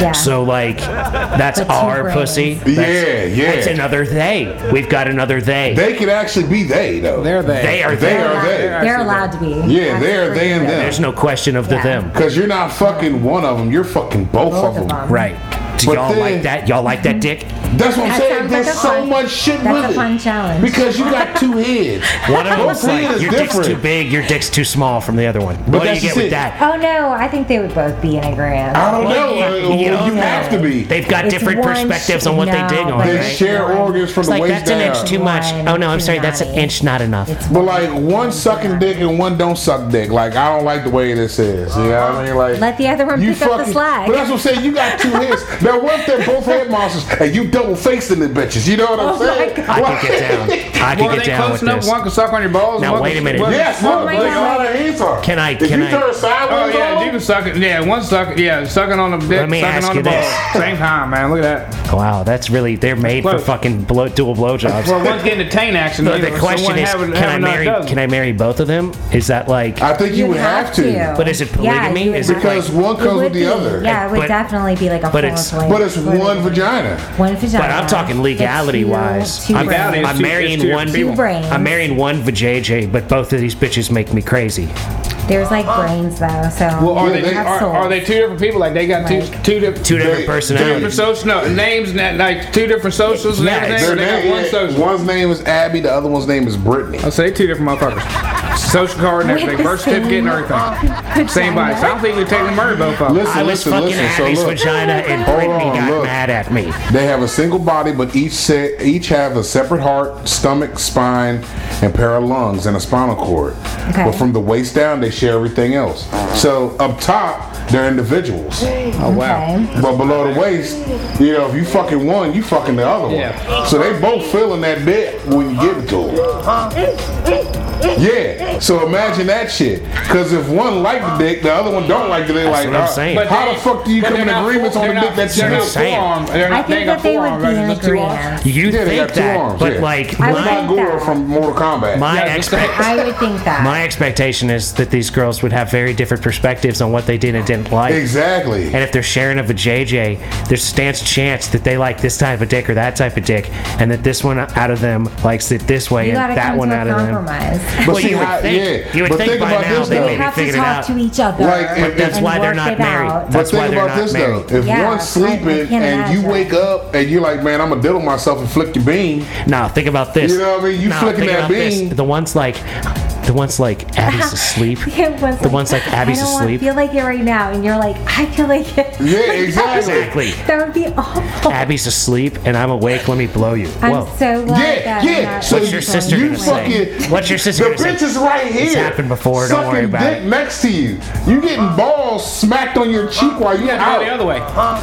Yeah. So like, that's But two our brains. pussy. Yeah, yeah. That's another they. We've got another they. They could actually be they, though. There they. They are They they. are they. They're allowed to be. Yeah, they are That's they and pretty them. There's no question of the Yeah. them. Because you're not fucking one of them, you're fucking both, of Both them. of them. Right. Do But y'all then- like that? Y'all like that dick? That's what I'm That saying. sounds There's like a so fun- much shit that's with a it. fun challenge. Because you got two heads. One of them's Both head like, is your dick's too different. big, your dick's too small from the other one. what do you that's get just it. with that? Oh no, I think they would both be in agreement. I don't Well, know. yeah, Well, you you don't have to be. They've got It's different one sh- perspectives on what no, they dig on, but They right? share Right. organs from It's the like, waist that's down. an inch too much. One, Oh no, I'm two, sorry, that's an ninety. inch not enough. It's But like one sucking dick and one don't suck dick. Like I don't like the way this is. You know what I mean? Like Let the other one you pick up the slack. But that's what I'm saying. You got two heads. now what if they're both head monsters and you double facing the bitches? You know what I'm Oh my saying? God. I Like- can get down. I Well, can they get down close with enough. this. One can suck on your balls. Now, one wait can- a minute. one- Yes, Oh look, my look God. how their heads are. Can I- If can you I- turn Oh sideways on yeah, you them, can suck it. Yeah, one suck. Yeah, sucking on the dick, Let me sucking ask on you the this. balls. Same time, man. Look at that. Wow, that's really they're made for Close. fucking blow, dual Well, blowjobs. one's getting a taint action. But other- the so question one is, having- can I having another marry? dozen. Can I marry both of them? Is that like? Uh, I think you, would have, to. But is it polygamy? Is it Because like- one It comes would with the be. other. Yeah, it would But- definitely be like a but full it's- play. But it's one vagina. One vagina. But I'm talking It's legality two- wise. two I'm, brains. Legality is I'm two- marrying is two one. people. Two brains. I'm marrying one vajayjay, but both of these bitches make me crazy. There's like brains though, so. Well, are Yeah, they, they- are, are they two different people? Like they got two Like- two different Two different They- personalities. they- different social no, names, and that, like two different socials. And Yeah, everything, Their or they got name- one social. one's name is Abby, the other one's name is Brittany. I say two different motherfuckers. Social card and With everything, the birth certificate and everything. vagina. Same body. So I don't think we take the murder both of them. Listen, I was listen, fucking listen. So Abby's look, vagina, and Hold Brittany on, got look. mad at me. they have a single body, but each set each have a separate heart, stomach, spine, and pair of lungs and a spinal cord. Okay. But from the waist down, they share everything else. So up top, they're individuals, Oh wow. Okay. but below the waist, you know, if you fucking one, you fucking the other one. Yeah. So they both feeling that dick when you give it to them. Yeah. So imagine that shit. Because if one like the dick, the other one don't like the dick. Like, what I'm uh, saying. But how they- the fuck do you but come they're in not- agreements on they're the not- dick that you they're not don't? saying. forearmed. They're I not- think got that they would forearmed, be right? in Just two arms. agreement. You Yeah, they got think two that, arms, but yeah. like I That's my would not think Gore that. from Mortal Kombat. my Yeah, just expect I would think that. my expectation is that these girls would have very different perspectives on what they did and didn't like. Exactly. And if they're sharing of a JJ, there's stance chance that they like this type of dick or that type of dick, and that this one out of them likes it this way you gotta and that come one to a out of them. compromise. But well, see you would how- think, yeah. you would But think, think by about now this, they though. may We You be have to figured it talk out. to each other. Like, if- and That's why they're work not it married. out. That's but why think they're about not this married. though: if Yeah, one's I- I sleeping can't and you imagine. wake up and you're like, "Man, I'm gonna diddle myself and flick your bean." Now think about this. You know what I mean? You Nah, flicking think that about this. bean. The one's like, the one's like Abby's asleep. Yeah, one's The one's like Abby's I don't asleep. Want, feel like it right now, and you're like, I feel like it. Yeah, Like, exactly. Exactly. That would be awful. Abby's asleep and I'm awake. Let me blow you. I'm Whoa. so glad Yeah, that I'm yeah. not So What's your going sister to you gonna say? fucking- What's your sister The gonna say? bitch is right here. happened before, don't worry Sucking about dick it. next to you. You getting balls smacked on your cheek while you You out. got to go the other way.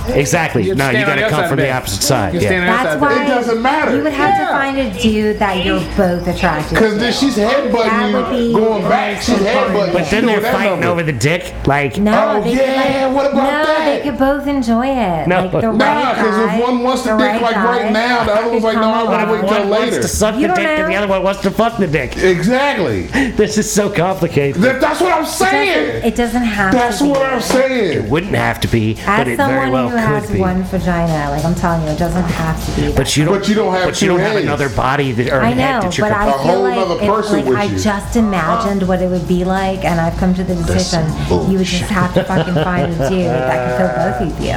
Exactly. You no, stand you on the gotta other come side from of the it. opposite side. You Yeah. stand on the That's other side. why It doesn't matter. You would have Yeah. to find a dude that you're both attracted Because to. then she's That headbutting you would happy. Going back, she's headbutting. But then they're fighting over the dick. Like, No, Oh, they could, yeah, like- what about no, that? they could both enjoy it. No. like the Nah, Nah, right because if guy, one wants the, the dick right like guy. right now, the other one's like, no, I want Come to on. wait till one wants later. to suck You the don't dick, and the know. other one wants to fuck the dick. Exactly. This is so complicated. That, that's what I'm doesn't- saying. it doesn't have That's to be. what I'm saying. Wouldn't have to be, As but it someone very well who has could be. one vagina, like I'm telling you, it doesn't have to be. But you don't. But you don't have But you two don't have heads. another body that or I a head know, that you're. but I a feel whole like, nother it- person like with I you. just imagined what it would be like, and I've come to the decision some you would just have to fucking find a dude that can kill both of you.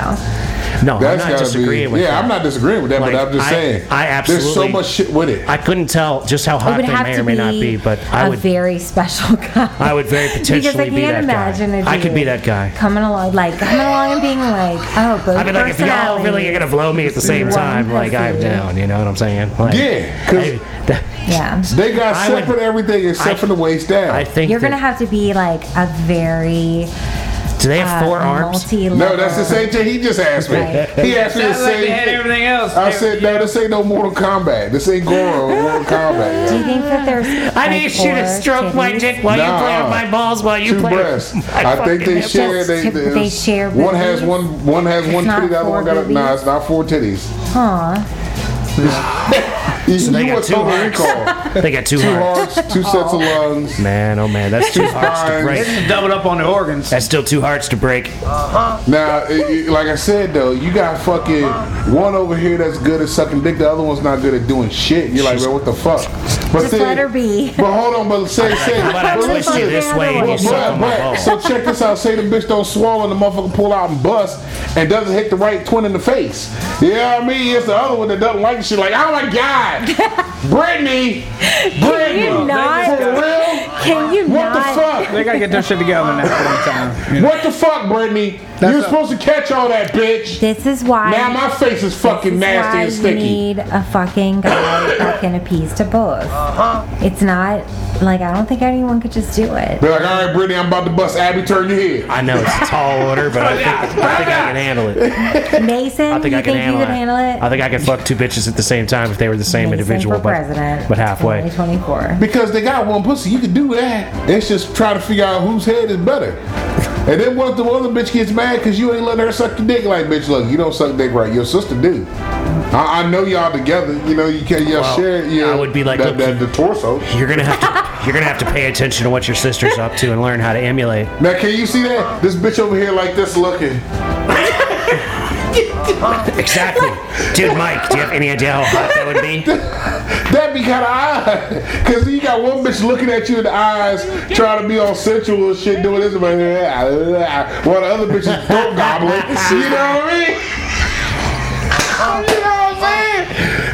no, I'm That's not gotta disagreeing be. with yeah, that. I'm not disagreeing with that, Like, but I'm just I- saying. I There's so absolutely- much shit with it. I couldn't tell just how It hot would they have may to or may be not be, but I a would. very special guy. I would very because potentially I be that can't guy. imagine a dude I could be that guy. coming along, like coming along and being like, oh, both I'd be like, if y'all really are personalities. gonna blow me at the same One time, like I'm pussy. down. You know what I'm saying? Like, Yeah, I, because that- yeah. they got I would- separate everything except I- for the waist down. I think You're gonna that- have to be like a very Do they have uh, four arms? multi-level- no, that's the same thing he just asked me. Right. He asked me the Sounds like they had same thing. everything else. I said, no, this ain't no Mortal Kombat. This ain't Goro or Mortal Kombat. Do you think that there's? I like, need you to four stroke my titties? dick while you play Nah. with my balls while you two play. with breasts. my I think fucking they nipples. share. They, Just- they share One has boobies? one. One has one not titty. The other one four got. A, nah, boobies? it's not four titties. Huh? You, they you got what two Toby hearts. called? They got two Two hearts. hearts, two sets of lungs. Man, oh man, that's two hearts to fine. break. This is doubled up on the organs. That's still two hearts to break. Now, it, it- like I said though, you got fucking one over here that's good at sucking dick. The other one's not good at doing shit. You're like, man, what the fuck? But Just let her be. But hold on, but say, say. How about I but twist you listen. this way and you But- suck on my but- balls? so check this out. Say the bitch don't swallow and the motherfucker pull out and bust and doesn't hit the right twin in the face. You know what I mean? It's the other one that doesn't like it. She's like, oh my God. Brittany. Brittany. you not? For real? Can you What not? the fuck? They gotta get their shit together now. One time. You know? What the fuck, Brittany? That's You're a- supposed to catch all that, bitch. This is why. Now my face is fucking this is nasty why and You sticky. need a fucking guy that can appease to both. Uh-huh. It's not like I don't think anyone could just do it. Be like, all right, Brittany, I'm about to bust Abby, turn your head. I know it's a tall order, but I think, I think I can handle it. Mason, I think you I can think you handle could it. handle it? I think I could fuck two bitches at the same time if they were the same Mason individual, for but president, but halfway. 2024. Because they got one pussy, you can do that. It's just trying to figure out whose head is better. And then what if the other bitch gets mad because you ain't letting her suck the dick? Like, bitch, look, you don't suck dick right. Your sister do. I, I know y'all together. You know, you can y'all Well, share. Your, I would be like, look- that, that- the torso. You're gonna have to you're gonna have to pay attention to what your sister's up to and learn how to emulate. Now, can you see that? This bitch over here like this looking. Exactly, dude. Mike, do you have any idea how hot that would be? That'd be kind of odd. Because you got one bitch looking at you in the eyes, trying to be all sensual and shit, doing this. But, while the other bitch is throat gobbling. You know what I mean? You know what I'm saying?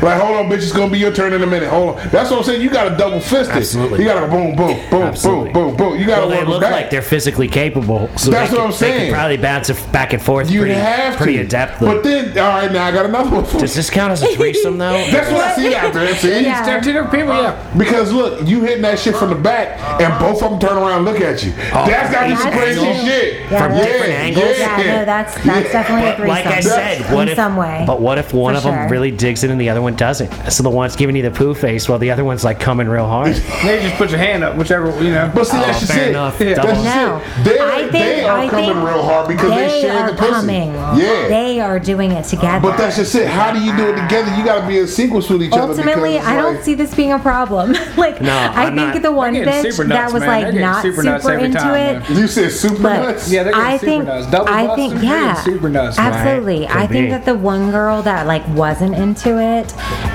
Like, hold on, bitch, it's gonna be your turn in a minute. Hold on. That's what I'm saying. You gotta double fist it. Absolutely. You gotta go boom, boom, boom, Absolutely. boom, boom, boom. You gotta Well, they work look back. like they're physically capable, so That's they what could- they I'm could saying. probably bounce it back and forth. you pretty, have pretty to. adeptly. But then, all right, now I got another one for you. Does this count as a threesome though? That's what I see out there. See? Yeah. Step to their people, yeah. Because look, you hitting that shit from the back, and both of them turn around and look at you. Oh, that's gotta be some That's crazy cute. shit. Yeah, From that's different angles? Yeah, no, that's that's definitely a But threesome. like I said, what in if? some way. But what if one For of them sure. really digs it and the other one doesn't? So the one's giving you the poo face while the other one's like coming real hard. They just put your hand up, whichever you know. But see, Oh, that's just fair it. enough. That's Double. just No, it. They're, I think they are I coming think real hard because they, share are the pussy. coming. Yeah. they are doing it together. but that's just it. How do you do it together? You gotta be in sequence with each other. Ultimately, because it's I don't like- see this being a problem. like, No, I I'm think not- the one They're getting bitch super that nuts, was man. like They're getting not super super, nuts every into time, it. man. You said super But nuts. Yeah, they're getting I super think, nuts. Double I busting, think, they're getting yeah, super nuts, man. absolutely. Could I think be. that the one girl that like wasn't into it,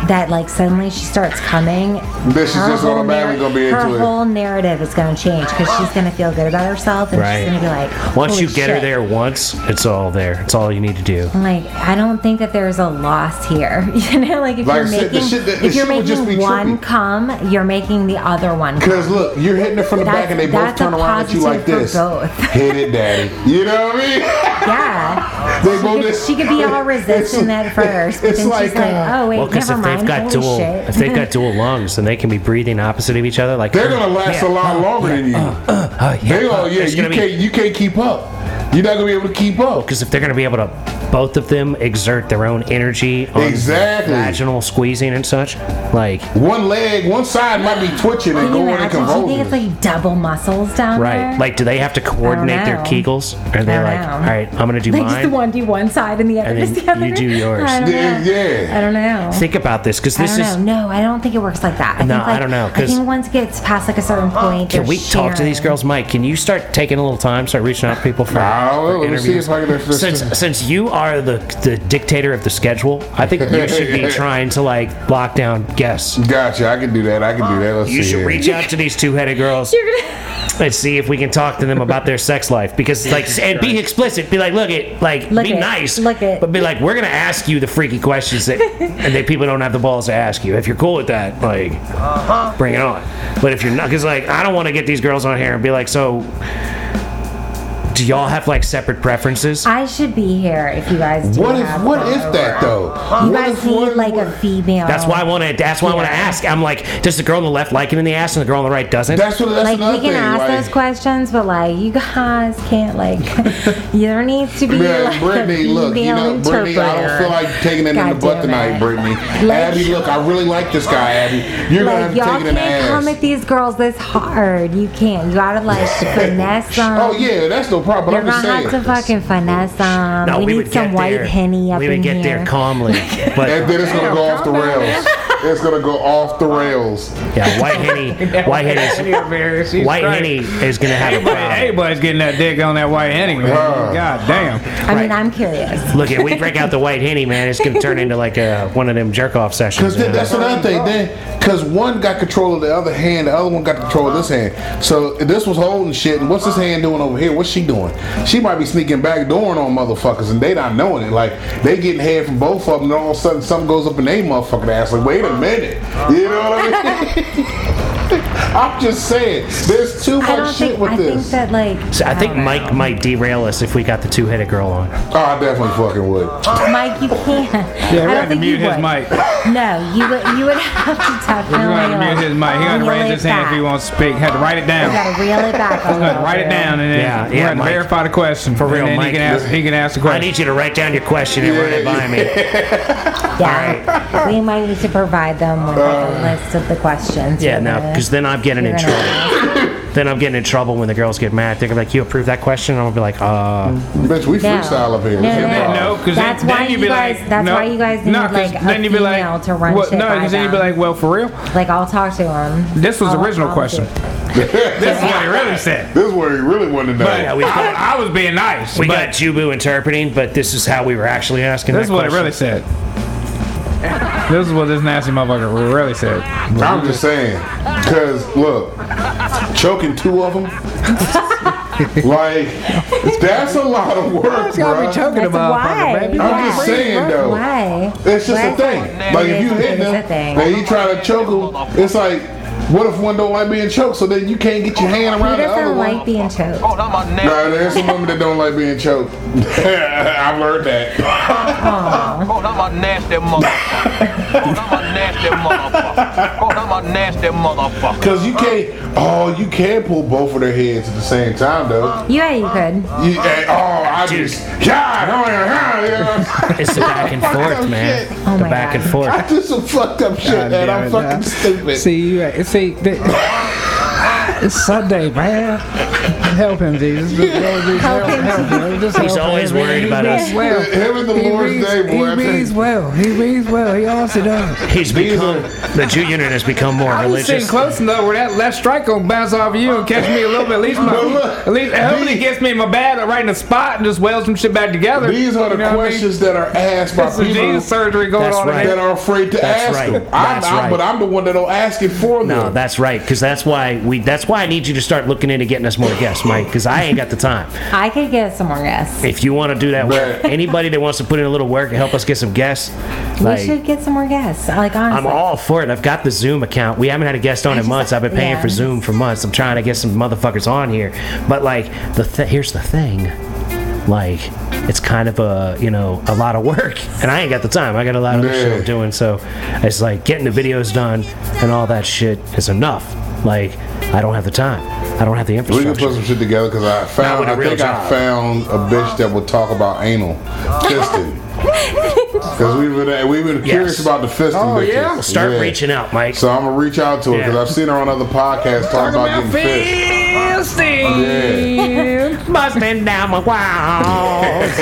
that like suddenly she starts coming. Then she's her just whole automatically gonna be her into it. whole narrative is going to change because she's going to feel good about herself and Right. she's going to be like, Once "Holy you get her shit." there once, it's all there. It's all you need to do. Like I don't think that there's a loss here. You know, like if Like you're I said, the making shit that- the if you're shit would just making be one trippy. come, you're making the other one. come. Because look, you're hitting it from the back, That's- and they both that's a turn around at you like positive this. for both. Hit it, daddy. You know what I mean? Yeah, They she both could, just- she could be all resistant It's- at first, but it's then she's like, like, uh, "Oh wait, Well, because never if mind." they've got Holy dual, shit. if they've got dual lungs, then they can be breathing opposite of each other. Like They're gonna last a lot longer than you. Oh, yeah. They all yeah, It's you gonna be- can't you can't keep up. You're not gonna be able to keep up. because if they're going to be able to both of them exert their own energy on Exactly. vaginal squeezing and such. Like, One leg, one side might be twitching and Can you going and imagine? Do you think it's convulsing. like double muscles down there? right? Like, do they have to coordinate their know. kegels? Are they don't like, know. all right, I'm gonna do Like mine. just the one do one side and the other And just then the other. you do yours. I don't Yeah, know. yeah. I don't know. Think about this, because I this don't is. know. No, I don't think it works like that. I No, think like, I don't know, I 'cause- think once it gets past like a certain point, Can they're we talk to these sharing. girls, Mike? Can you start taking a little time, start reaching out to people for, Oh, for let me see interviews? if I can. since since you are the the dictator of the schedule, I think you should be trying to like lock down guests. Gotcha. I can do that. I can do that. Let's You see. should here. reach out to these two-headed girls You're gonna and see if we can talk to them about their sex life. Because like, and be explicit. Be like, look it, like, Look be it, nice, look it. but be like, we're gonna ask you the freaky questions that and that people don't have the balls to ask you. If you're cool with that, like, bring it on. But if you're not, because like, I don't want to get these girls on here and be like, so. Do y'all have like separate preferences? I should be here if you guys do What if? have What one if over. that though? You What guys if need one- like a female. That's why I want to. That's why I want to Yeah. ask. I'm like, does the girl on the left like him in the ass, and the girl on the right doesn't? That's what. That's like another we can thing. ask like, those questions, but like you guys can't like you there needs to be Man, like Brittany, a look, you female know, Brittany, I don't feel like taking it in the God butt damn tonight, it. Brittany. Like- Abby, look, I really like this guy, Abby. You're Like, gonna y'all have to take it in can't the ass. come at these girls this hard. You can't. You gotta like finesse them. oh yeah, that's no problem. But You're I'm just gonna saying. have to fucking finesse them. no, we, we, need would some get white there. henny up we in would get here. there calmly, And but then it's gonna go off the rails. It's gonna go off the rails. yeah, white henny, white henny, Henny. white henny is gonna have a problem. Everybody's getting that dick on that white henny, man. Bruh. God damn. I mean, Right. I'm curious. Look, if we break out the white henny, man, it's gonna turn into like a, one of them jerk off sessions. Cause you then, know? that's what I think. Then, cause one got control of the other hand, the other one got control of this Uh-huh. hand. So this was holding shit, and what's this hand doing over here? What's she doing? She might be sneaking back, dooring on motherfuckers, and they not knowing it. Like they getting head from both of them, and all of a sudden something goes up in their motherfucking ass. Like wait a minute, Uh-huh. you know what I mean? I'm just saying, there's too I don't much shit think. with I this. think that like. So I think don't know. Mike might derail us if we got the two headed girl on. oh, I definitely fucking would. Oh, Mike, you can't. Yeah, I we don't had to think you mute his would. mic. No, you would. You would have to We're definitely. going to like, mute his mic. He got to reel raise it his hand if back. he wants to speak. Had to write it You down. gotta reel it back. a Good, little write it bit. down and then Yeah, we're yeah, gonna Mike. verify the question. For real, and then Mike. He can, ask, he can ask the I question. need you to write down your question and run it by me. Yeah. We might need to provide them with like, a list of the questions. Uh, Yeah, we're no, gonna- because then I'm getting in we're trouble. gonna- Then I'm getting in trouble when the girls get mad. They're gonna be like, "You approve that question?" And I'm gonna be like, "Uh." Bitch, we No. freestyle up here. No, It's no, hip hop. No, because That's then, why then you'd you be guys- like, that's no, why you guys no, need, 'cause like, a then you'd be female like, to run well, shit no, by because then you'd be them. like, well, for real, Like I'll talk to them. this was the original I'll question. do it. This is what he really said. This is where he really wanted to know. But yeah, we- I, I was being nice. We but got Jubu interpreting, but this is how we were actually asking. this is that what it question. really said. This is what this nasty motherfucker really said. I'm just saying, cause look, choking two of them, like that's a lot of work, bro. That's why. I'm just Why? saying though, Why? it's just Why? a thing. Like if you It is- hit it is them a thing. and you try to choke them, it's like, what if one don't like being choked? So then you can't get your hand Who around the other doesn't like one. being choked? Nah, there's some women that don't like being choked. I've learned that. Aw. Hold on, my nasty motherfucker. Hold on, my nasty motherfucker. Hold on, my nasty motherfucker. Cause you can't. Oh, you can pull both of their heads at the same time though. Yeah, you could. You, eh, oh, I Uh-huh. Dude. just. Yeah, no, yeah, yeah, you know what I'm saying? It's the back and forth, up man. shit. Oh the my back God. and forth. I did some fucked up shit, man. I'm fucking stupid. See, you right. See, that, it's Sunday, man. Help him, Jesus. Just help, him, help him. Just He's help always him, man. worried He about reads us. Well. Him and the He Lord's reads, Day, boy. I he reads think. well. He reads well. He also does. He's become are- the Jew unit has become more I was sitting religious. close enough where that left strike gonna bounce off you and catch me a little bit. At least my, But look, at least hopefully these- it gets me in my bag right in the spot and just weld some shit back together. These are the You know what I mean? questions that are asked by That's some people Jesus surgery going That's on. in right. that there. are afraid to That's ask right. them. That's I'm, right. I'm, but I'm the one that don't ask it for No, them. that's right, because that's why we. That's why I need you to start looking into getting us more guests, Mike. Because I ain't got the time. I could get some more guests. If you want to do that work, Right. anybody that wants to put in a little work and help us get some guests, We like should get some more guests. Like I'm honestly, all for it. I've got the Zoom account. We haven't had a guest on in months. I've been paying for yeah. Zoom for months. I'm trying to get some motherfuckers on here. But like the th- here's the thing. Like it's kind of a you know a lot of work, and I ain't got the time. I got a lot of other shit I'm Yeah. doing, so it's like getting the videos done and all that shit is enough. Like I don't have the time. I don't have the We can infrastructure. put some shit together because I found. with a I real think I job. found a bitch that will talk about anal fisting. Because we've been we've been curious about the fisting. Oh, bitches. yeah? Start reaching out, Mike. So I'm gonna reach out to her because Yeah. I've seen her on other podcasts talking about getting fisted. Oh, fisting. Busting down my walls.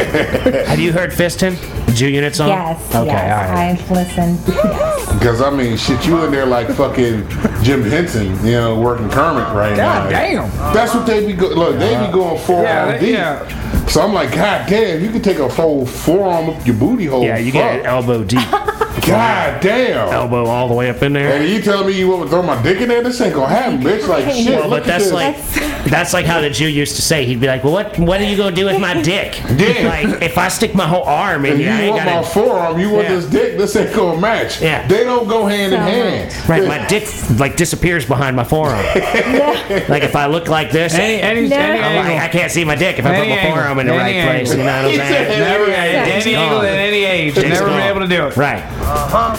have you heard Fistin? The Jew Unit song? Yes. Okay, yes, all right. I've listened. Yes. Because I mean, shit, you in there like fucking Jim Henson, you know, working Kermit right now. God damn. That's what they be go- look. They Uh-huh. be going forearm Yeah, they- deep. yeah. So I'm like, God damn, you can take a full forearm up your booty hole. yeah, you Oh, Fuck. get elbow deep. God damn. elbow all the way up in there. And you tell me you want to throw my dick in there? This ain't gonna happen, bitch. Like Okay. shit. Well, Well, look but at that's this. like that's like how the Jew used to say. He'd be like, "Well, what what are you gonna do with my dick? Yeah. Like if I stick my whole arm in And you, I you ain't want my gotta." forearm, you want Yeah. this dick, this ain't gonna match. Yeah. They don't go hand in So hand. Right, my dick like disappears behind my forearm. like if I look like this, Any, any, No. any I'm like, angle. I can't see my dick if I put Any my angle. forearm in the Any right angle. place. You know what I'm He said saying? every Never, angle. at It's any angle gone. at any age. It's Never been gone. able to do it. Right.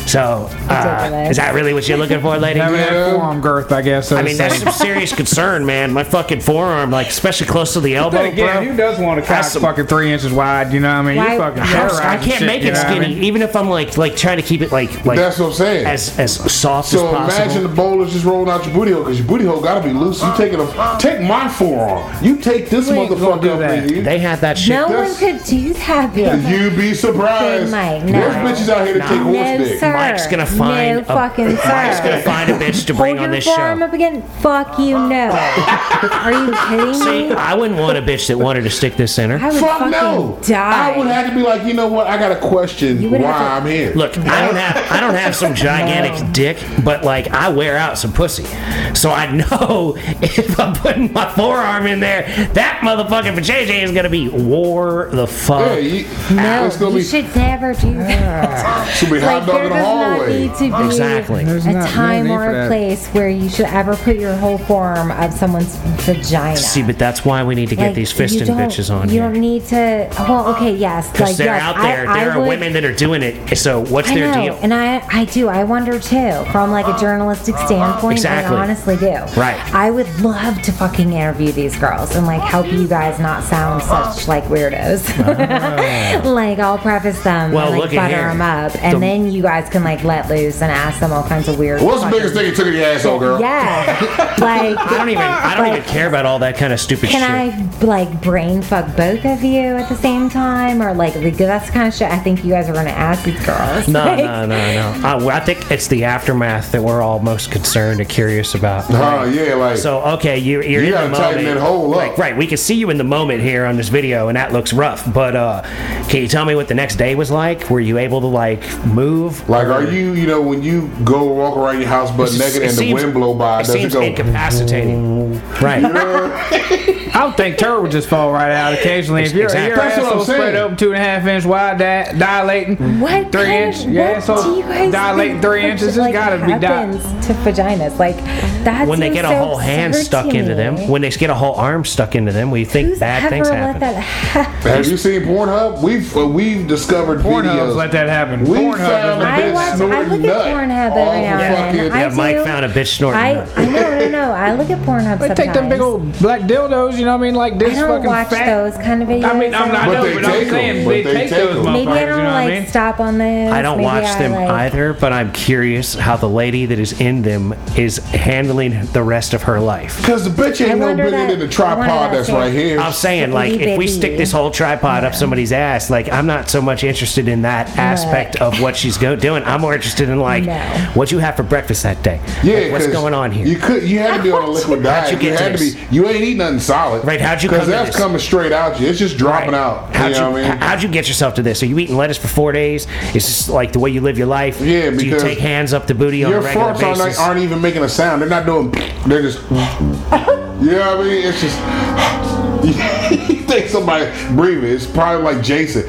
So, uh, Ridiculous. is that really what you're looking for, lady? Uh-huh. Never Yeah. had forearm girth, I guess. So I to mean, say. that's some serious concern, man. My fucking forearm, like especially close to the elbow, Then again, bro. who does want a cock That's some- fucking three inches wide? You know what I mean? Why- You're fucking How- terrorizing I can't shit, make you it know what I skinny, mean? even if I'm like like trying to keep it like like That's what I'm saying. as as soft so as possible. imagine the bowl is just rolling out your booty hole because your booty hole gotta be loose. You taking a take my forearm. You take this We ain't gonna motherfucker do up that. in here. they had that shit. No one that's- could do that. Big You'd be surprised. Big Mike, no. There's bitches out here that take Mike. horse No, dick. sir. Mike's gonna No find a, fucking Mike's sir. gonna find a bitch to bring Hold on your this forearm show. up again. Fuck you, no. Are you kidding See, me? I wouldn't want a bitch that wanted to stick this in I her. would Fuck fucking no. die. I would have to be like, you know what? I got a question You why would have to- I'm here. Look, I don't have I don't have some gigantic No. dick, but like I wear out some pussy, so I know if I'm putting my forearm in there, that motherfucking JJ is gonna be war the Yeah, fuck. you, no, it's gonna you be, should, should never do that. be like hopped out in the there does not hallway. need to be Exactly. There's a not- there's time no need for or a that. place where you should ever put your whole forearm up someone's vagina. See, but that's why we need to get Like, these you fisting don't- bitches on You here. don't need to. Well, okay, yes. Because Like, they're yes, out there. I, there I are would- women that are doing it. So what's I their know, deal? and I, I do. I wonder too, from like a journalistic standpoint. Exactly. I honestly do. Right. I would love to fucking interview these girls and like help you guys not sound such like weirdos. like I'll preface them, Ah. Well, and, like look at butter here. them up, and The- then you guys can like let loose and ask them all kinds of weird. What's the fucking- biggest thing you took in your asshole, girl? Yeah. like. I don't even. I don't even care about all that kind of stupid Can shit. I like brain fuck both of you at the same time, or like, like that's the kind of shit I think you guys are gonna ask these girls? no, Like, no, no, no. I, well, I think it's the aftermath that we're all most concerned and curious about. Huh, yeah, like So okay, you're, you're You in gotta the tighten moment. that hole up. Like, right, we can see you in the moment here on this video, and that looks rough. But uh, can you tell me what the next day was like? Were you able to like move? like are you, you know, when you go walk around your house butt It naked and the seems- wind blow by, It does it seems go incapacitating. Right. I would think turd would just fall right out occasionally. If your, Exactly. your That's what I'm asshole spread saying. open two and a half inches wide, di- dilating. What Three kind of- inch- yeah, what so do you guys dilate think three vag- inches, it's like, gotta be di- happens to vaginas. Like that. when they get a so whole hand absurd stuck to into me. them, when they get a whole arm stuck into them, we think Who's bad ever things let happen. that happen? Have you seen Pornhub? We've uh, we've discovered Pornhub's videos. let that happen. We Pornhub found is a like- I bitch watch- I snorting look at nut Pornhub all every now and then. fucking- yeah, I Mike do. found a bitch snorting. I, nut. I no no no. I look at Pornhub They sometimes. take them big old black dildos, you know what I mean? Like I this don't fucking watch fat. those kind of videos. I mean, I'm not, But I they know, but take I'm 'em, saying but they they take take those 'em. motherfuckers, Maybe I you don't know what I like mean? stop on those. I don't Maybe watch I, them like- either, but I'm curious how the lady that is in them is handling the rest of her life. Cause the bitch I ain't no wonder bigger that- than the I wonder tripod that that's thing. right here. I'm saying, like, if we stick this whole tripod up somebody's ass, like, I'm not so much interested in that aspect of what she's go- doing. I'm more interested in, like, No. what you have for breakfast that day. Like, Yeah, what's 'cause going on here? You could, you had to be on a liquid How'd diet. you You, get to had to this? be. You ain't eat nothing solid. Right, how'd you come Because to that's this? coming straight out you. It's just dropping out. How'd you you, know what I mean? how'd you get yourself to this? Are you eating lettuce for four days? It's just like the way you live your life. Yeah, Do you because take hands up the booty on a Your regular farts aren't, basis? like, aren't even making a sound. They're not doing. They're just. you know what I mean? It's just. you think somebody breathing? It's probably like Jason.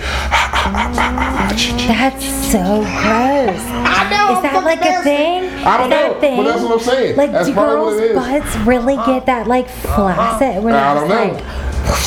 That's so gross. I know. Is that like a thing? I don't Is that know, a but that's what I'm saying. Like, That's do probably girls' what it is. butts really get that like flaccid? When I it's don't like, know.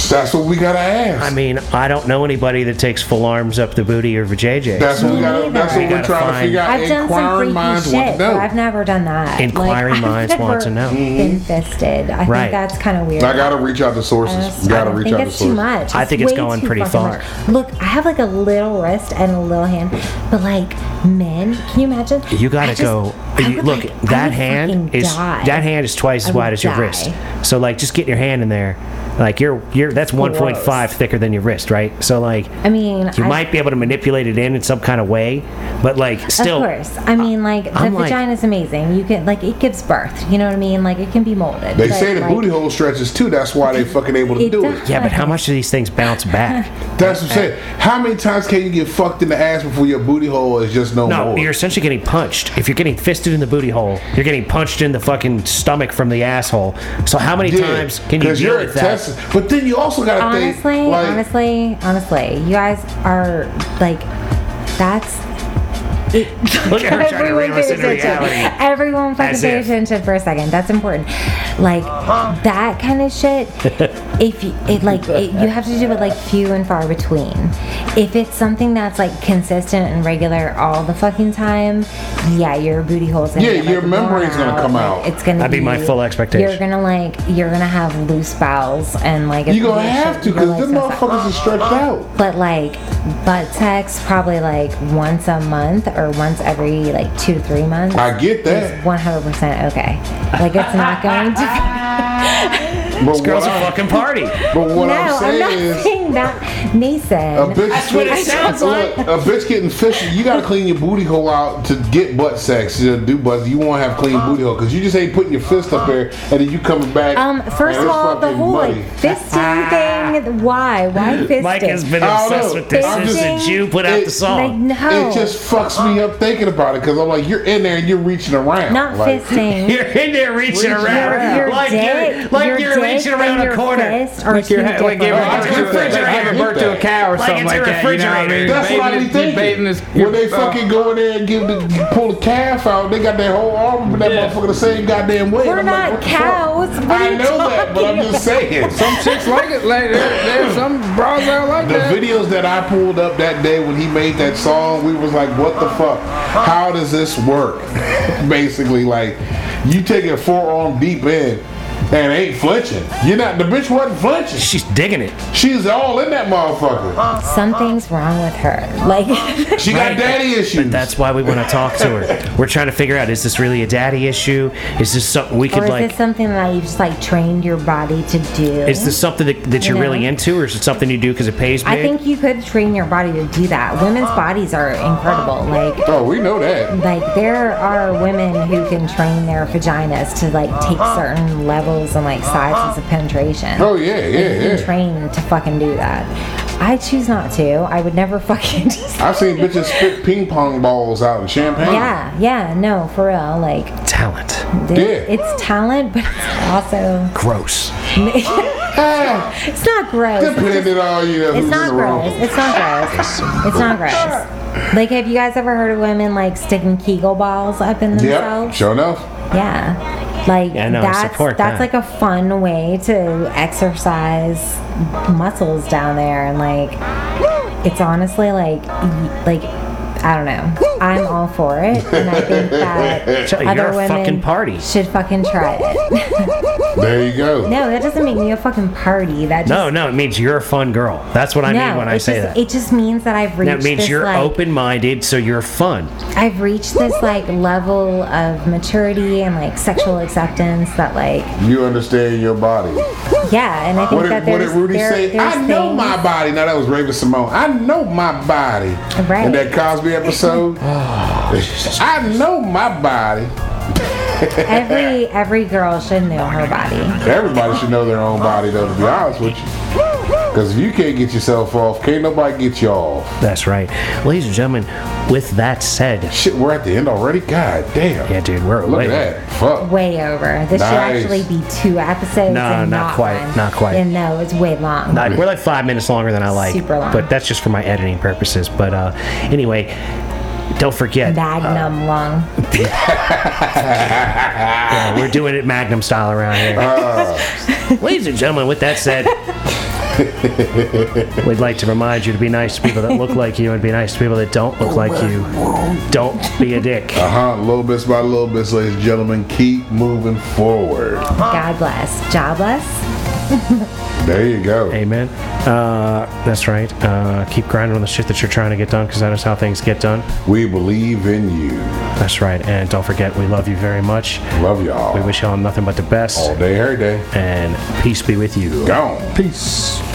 That's what we gotta ask. I mean, I don't know anybody that takes full arms up the booty over JJ. that's what we gotta. neither. That's what We we're gotta trying to find- figure out. I've done some Inquiring freaky minds want shit, to but know. I've never done that. Inquiring I've minds want to never know. Been fisted. I Right. think that's kind of weird. Mm-hmm. I gotta reach out to sources. Honest- I gotta don't reach think out to it's too sources. much. I think it's way going too pretty fucking far. much. Look, I have like a little wrist and a little hand, but like men, can you imagine? You gotta I just- go. I you- would, look, like- I that would hand fucking is die. that hand is twice I as would wide as your die. wrist. So like, just get your hand in there. Like you're you're that's 1.5 thicker than your wrist, right? So like, I mean, you I- might be able to manipulate it in in some kind of way, but like still, Of course. I mean, like the I'm like- vagina is amazing. You can like it gives birth. You know what I mean? Like it can be molded. They but, say the like, booty hole stretches too. That's why they fucking able to It do does. it. yeah. But how much do these things bounce back? That's what I'm saying. How many times can you get fucked in the ass before your booty hole is just no, No, more? you're essentially getting punched. If you're getting fisted in the booty hole, you're getting punched in the fucking stomach from the asshole. So how many times can you Because deal you're with that? intestines. But then you also gotta honestly, think. Like, honestly, honestly, you guys are like that's. It, Look at her trying to read us pay into reality. Everyone fucking As pay if. attention for a second. That's important. Like Uh-huh. that kind of shit. if you, it like it, you have to do it like few and far between. If it's something that's like consistent and regular all the fucking time, yeah, your booty hole's gonna Yeah, get, like, your membrane's worn gonna come out. It's gonna That'd be my full expectation. You're gonna like you're gonna have loose bowels and like it's you gonna be have shit to your because legs them gonna suck. motherfuckers are stretched out. But like butt sex, probably like once a month or once every like two to three months. I get that. is 100% okay. Like it's not going to. But what, Girls a I, fucking party. but what no, I'm I'm saying not is. saying that, A Mason. bitch That's what it sounds Look, like. A bitch getting fishy. You gotta clean your booty hole out to get butt sex. You know, do butt. You won't have clean booty hole because you just ain't putting your fist up there and then you coming back. Um, first and of it's all, the fucking whole muddy. like fisting thing. Why? Why fisting? Mike has been I don't obsessed know. with this I'm since the just- Jew put out it- the like song. no, It just fucks me up thinking about it because I'm like, you're in there and you're reaching around. not like, fisting. You're in there reaching Reaching around around. Your like you're, dick, like your you're dick reaching and around a your corner. fist are Like you're two ha- like different giving Oh, I birth get to, that. like giving I birth get to a that. cow or Like something it's a like that. You know what I mean? refrigerator. That's what I be Bathing- you're thinking. bathing this- when they uh, fucking go in there and give the, pull the calf out, they got their whole arm, but that Yeah. motherfucker the same goddamn way. We're And I'm like, not what the fuck? cows. What are I you know that, but I'm talking just saying. Some chicks like it. Like there, there's some bras out like The that. videos that I pulled up that day when he made that song, we was like, what the fuck? How does this work? Basically, like, you taking forearm deep in and ain't flinching. You're not, the bitch wasn't flinching. She's digging it. She's all in that motherfucker. Something's wrong with her. Like She Right. got daddy issues. That's why we want to talk to her. We're trying to figure out: is this really a daddy issue? Is this something we Or could is like? this something that you just like trained your body to do? Is this something that, that you're You know? really into, or is it something you do because it pays big? I think you could train your body to do that. Women's bodies are incredible. Like oh, we know that. like there are women who can train their vaginas to like take certain levels and like sizes of penetration. Oh, yeah, You yeah, can yeah. train to fucking do that. I choose not to. I would never fucking just I've seen bitches spit ping pong balls out in champagne. Yeah, yeah, no, for real. Like talent. th- Yeah. it's talent, but it's also Gross. Ah, it's not gross. depending on all you know It's who's in not the room. gross. It's not gross. It's not gross. Like, have you guys ever heard of women like sticking Kegel balls up in Yep, themselves? sure enough. Yeah. Like Yeah, no, I that's support that's that. like a fun way to exercise muscles down there, and like it's honestly like y- like I don't know. I'm all for it, and I think that Tell you, other you're a women fucking party. should fucking try it. There you go. No, that doesn't make me a fucking party. That just No, no, it means you're a fun girl. That's what I mean when I it say just, that. It just means that I've reached that means this, you're like, open-minded, so you're fun. I've reached this like level of maturity and like sexual acceptance that like You understand your body. yeah, and I think What that did, what there's did Rudy there- say? there's I know things- my body. Now that was Raven Simone. I know my body. Right. Oh, In that Cosby episode. I know my body. every every girl should know her body. Everybody should know their own body, though, to be honest with you. Because if you can't get yourself off, can't nobody get you off. That's right, ladies and gentlemen. With that said, Shit, we're at the end already? God damn. yeah, dude, we're Look way- at that. Fuck. Way over. This Nice. should actually be two episodes. No, and not quite, one. not quite. And no, it's way long. Not, we're like five minutes longer than I like, Super long. but that's just for my editing purposes. But uh, anyway, don't forget Magnum long. we're doing it Magnum style around here. Ladies and gentlemen, with that said, We'd like to remind you to be nice to people that look like you and be nice to people that don't look like you. Don't be a dick. Uh huh. Little bits by little bits, ladies and gentlemen. Keep moving forward. God bless. God bless. There you go. Amen. Uh, that's right. Uh, keep grinding on the shit that you're trying to get done because that is how things get done. We believe in you. That's right. And don't forget, we love you very much. Love y'all. We wish y'all nothing but the best. all day, every day. And peace be with you. Gone. Peace.